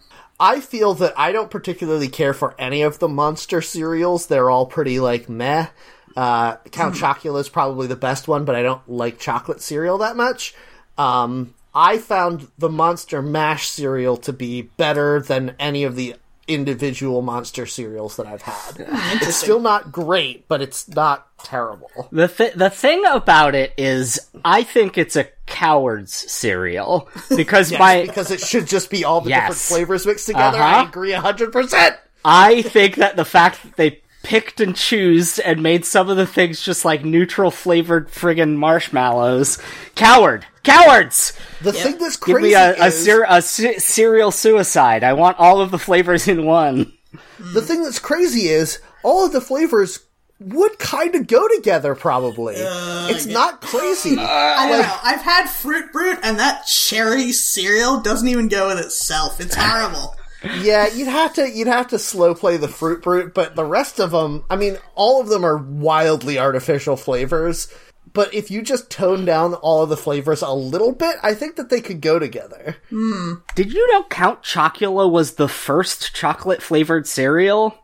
Speaker 1: I feel that I don't particularly care for any of the monster cereals. They're all pretty like meh. Uh, Count
Speaker 2: Hmm.
Speaker 1: Chocula is probably the best one, but I don't like chocolate cereal that much. Um, I found the Monster Mash cereal to be better than any of the individual monster cereals that I've
Speaker 2: Hmm,
Speaker 1: had. it's still not great, but it's not terrible.
Speaker 2: the th- the thing about it is I think it's a coward's cereal because my
Speaker 1: because it should just be all the different
Speaker 2: Yes.
Speaker 1: flavors mixed together. I
Speaker 2: Uh-huh.
Speaker 1: agree 100%.
Speaker 2: I think that the fact that they picked and choose and made some of the things just like neutral flavored friggin' marshmallows. Coward! Cowards!
Speaker 1: The thing that's
Speaker 2: Give
Speaker 1: crazy
Speaker 2: me a, a,
Speaker 1: is...
Speaker 2: cer- a c- serial suicide. I want all of the flavors in one.
Speaker 1: The thing that's crazy is all of the flavors would kind of go together. Probably, it's not crazy.
Speaker 3: I don't know. I've had Fruit Brute, and that cherry cereal doesn't even go with itself. It's horrible.
Speaker 1: yeah, you'd have to you'd have to slow play the fruit brute, but the rest of them, I mean, all of them are wildly artificial flavors. But if you just tone down all of the flavors a little bit, I think that they could go together.
Speaker 2: Did you know Count Chocula was the first chocolate flavored cereal?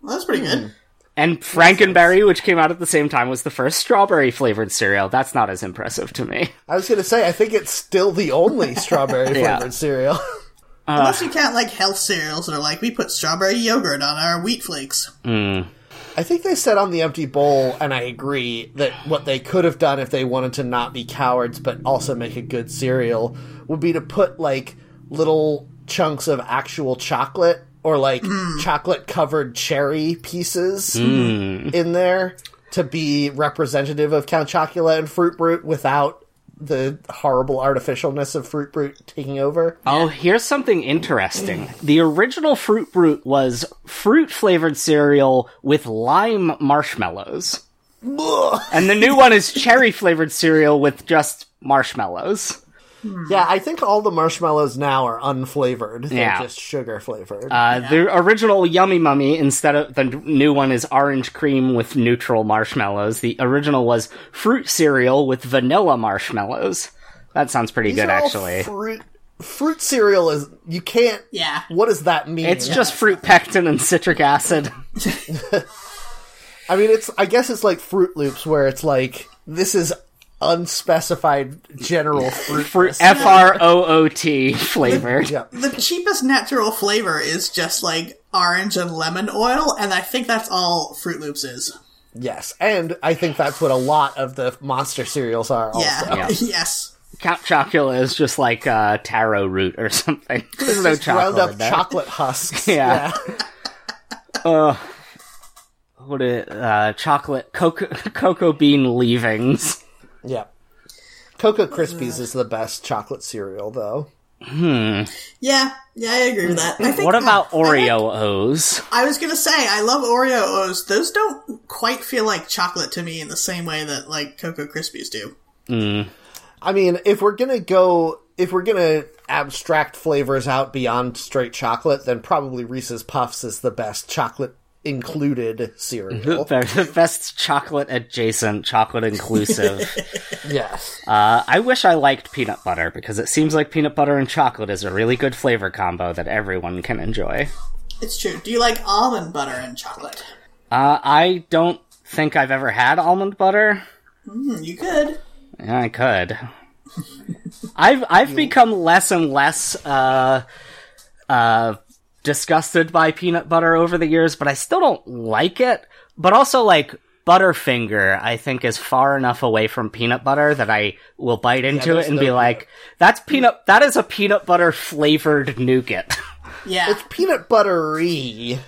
Speaker 3: Well, that's pretty
Speaker 2: Mm.
Speaker 3: good.
Speaker 2: And Frankenberry, which came out at the same time, was the first strawberry flavored cereal. That's not as impressive to me.
Speaker 1: I was gonna say, I think it's still the only strawberry flavored
Speaker 2: Yeah.
Speaker 1: cereal.
Speaker 3: Unless
Speaker 2: Uh.
Speaker 3: you count like health cereals that are like we put strawberry yogurt on our wheat flakes.
Speaker 1: I think they said on the empty bowl, and I agree that what they could have done if they wanted to not be cowards but also make a good cereal would be to put like little chunks of actual chocolate or like chocolate covered cherry pieces
Speaker 2: Mm.
Speaker 1: in there to be representative of Count Chocula and Fruit Brute without the horrible artificialness of Fruit Brute taking over.
Speaker 2: Oh, here's something interesting. The original Fruit Brute was fruit flavored cereal with lime marshmallows. And the new one is cherry flavored cereal with just marshmallows.
Speaker 1: Yeah, I think all the marshmallows now are unflavored. They're
Speaker 2: Yeah.
Speaker 1: just sugar flavored.
Speaker 2: Uh, The original Yummy Mummy, instead of the new one, is orange cream with neutral marshmallows. The original was fruit cereal with vanilla marshmallows. That sounds pretty
Speaker 1: These
Speaker 2: good,
Speaker 1: are all
Speaker 2: actually.
Speaker 1: Fruit, fruit cereal is you can't.
Speaker 3: Yeah.
Speaker 1: What does that mean?
Speaker 2: it's just fruit pectin and citric acid.
Speaker 1: I mean, it's. I guess it's like Fruit Loops, where it's like this is unspecified general fruit.
Speaker 2: Fruit F R O O T flavored.
Speaker 1: Yeah.
Speaker 3: The cheapest natural flavor is just like orange and lemon oil, and I think that's all Fruit Loops is.
Speaker 1: Yes, and I think that's what a lot of the monster cereals are. Also.
Speaker 3: Yeah.
Speaker 2: Yeah.
Speaker 3: yes.
Speaker 2: Count Chocula is just like uh, taro root or something. There's no
Speaker 1: ground
Speaker 2: chocolate
Speaker 1: up
Speaker 2: in there.
Speaker 1: chocolate husks.
Speaker 2: Yeah. uh, what it, uh, chocolate cocoa cocoa bean leavings.
Speaker 1: yeah. Cocoa Krispies is the best chocolate cereal, though.
Speaker 3: Yeah. Yeah, I agree with that. I think,
Speaker 2: What about
Speaker 3: I like-
Speaker 2: Oreo O's?
Speaker 3: I was gonna say I love Oreo O's. Those don't quite feel like chocolate to me in the same way that like Cocoa Krispies do.
Speaker 1: I mean, if we're gonna go, if we're gonna abstract flavors out beyond straight chocolate, then probably Reese's Puffs is the best chocolate included cereal.
Speaker 2: They're the best chocolate adjacent, chocolate inclusive.
Speaker 1: yes,
Speaker 2: uh, I wish I liked peanut butter because it seems like peanut butter and chocolate is a really good flavor combo that everyone can enjoy.
Speaker 3: It's true. Do you like almond butter and chocolate?
Speaker 2: Uh, I don't think I've ever had almond butter.
Speaker 3: Hmm, you could.
Speaker 2: Yeah, I could. I've I've become less and less uh, uh, disgusted by peanut butter over the years, but I still don't like it. But also, like Butterfinger, I think is far enough away from peanut butter that I will bite into
Speaker 1: there's
Speaker 2: it and
Speaker 1: no
Speaker 2: be
Speaker 1: peanut.
Speaker 2: like, "That's peanut. That is a peanut butter flavored nougat."
Speaker 3: Yeah.
Speaker 1: peanut buttery,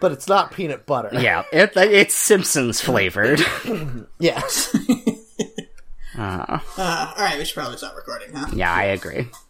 Speaker 1: but it's not peanut butter.
Speaker 2: yeah, it, it's Simpsons flavored.
Speaker 1: Yes.
Speaker 3: Uh, all right, we should probably stop recording, huh?
Speaker 2: yeah, I agree.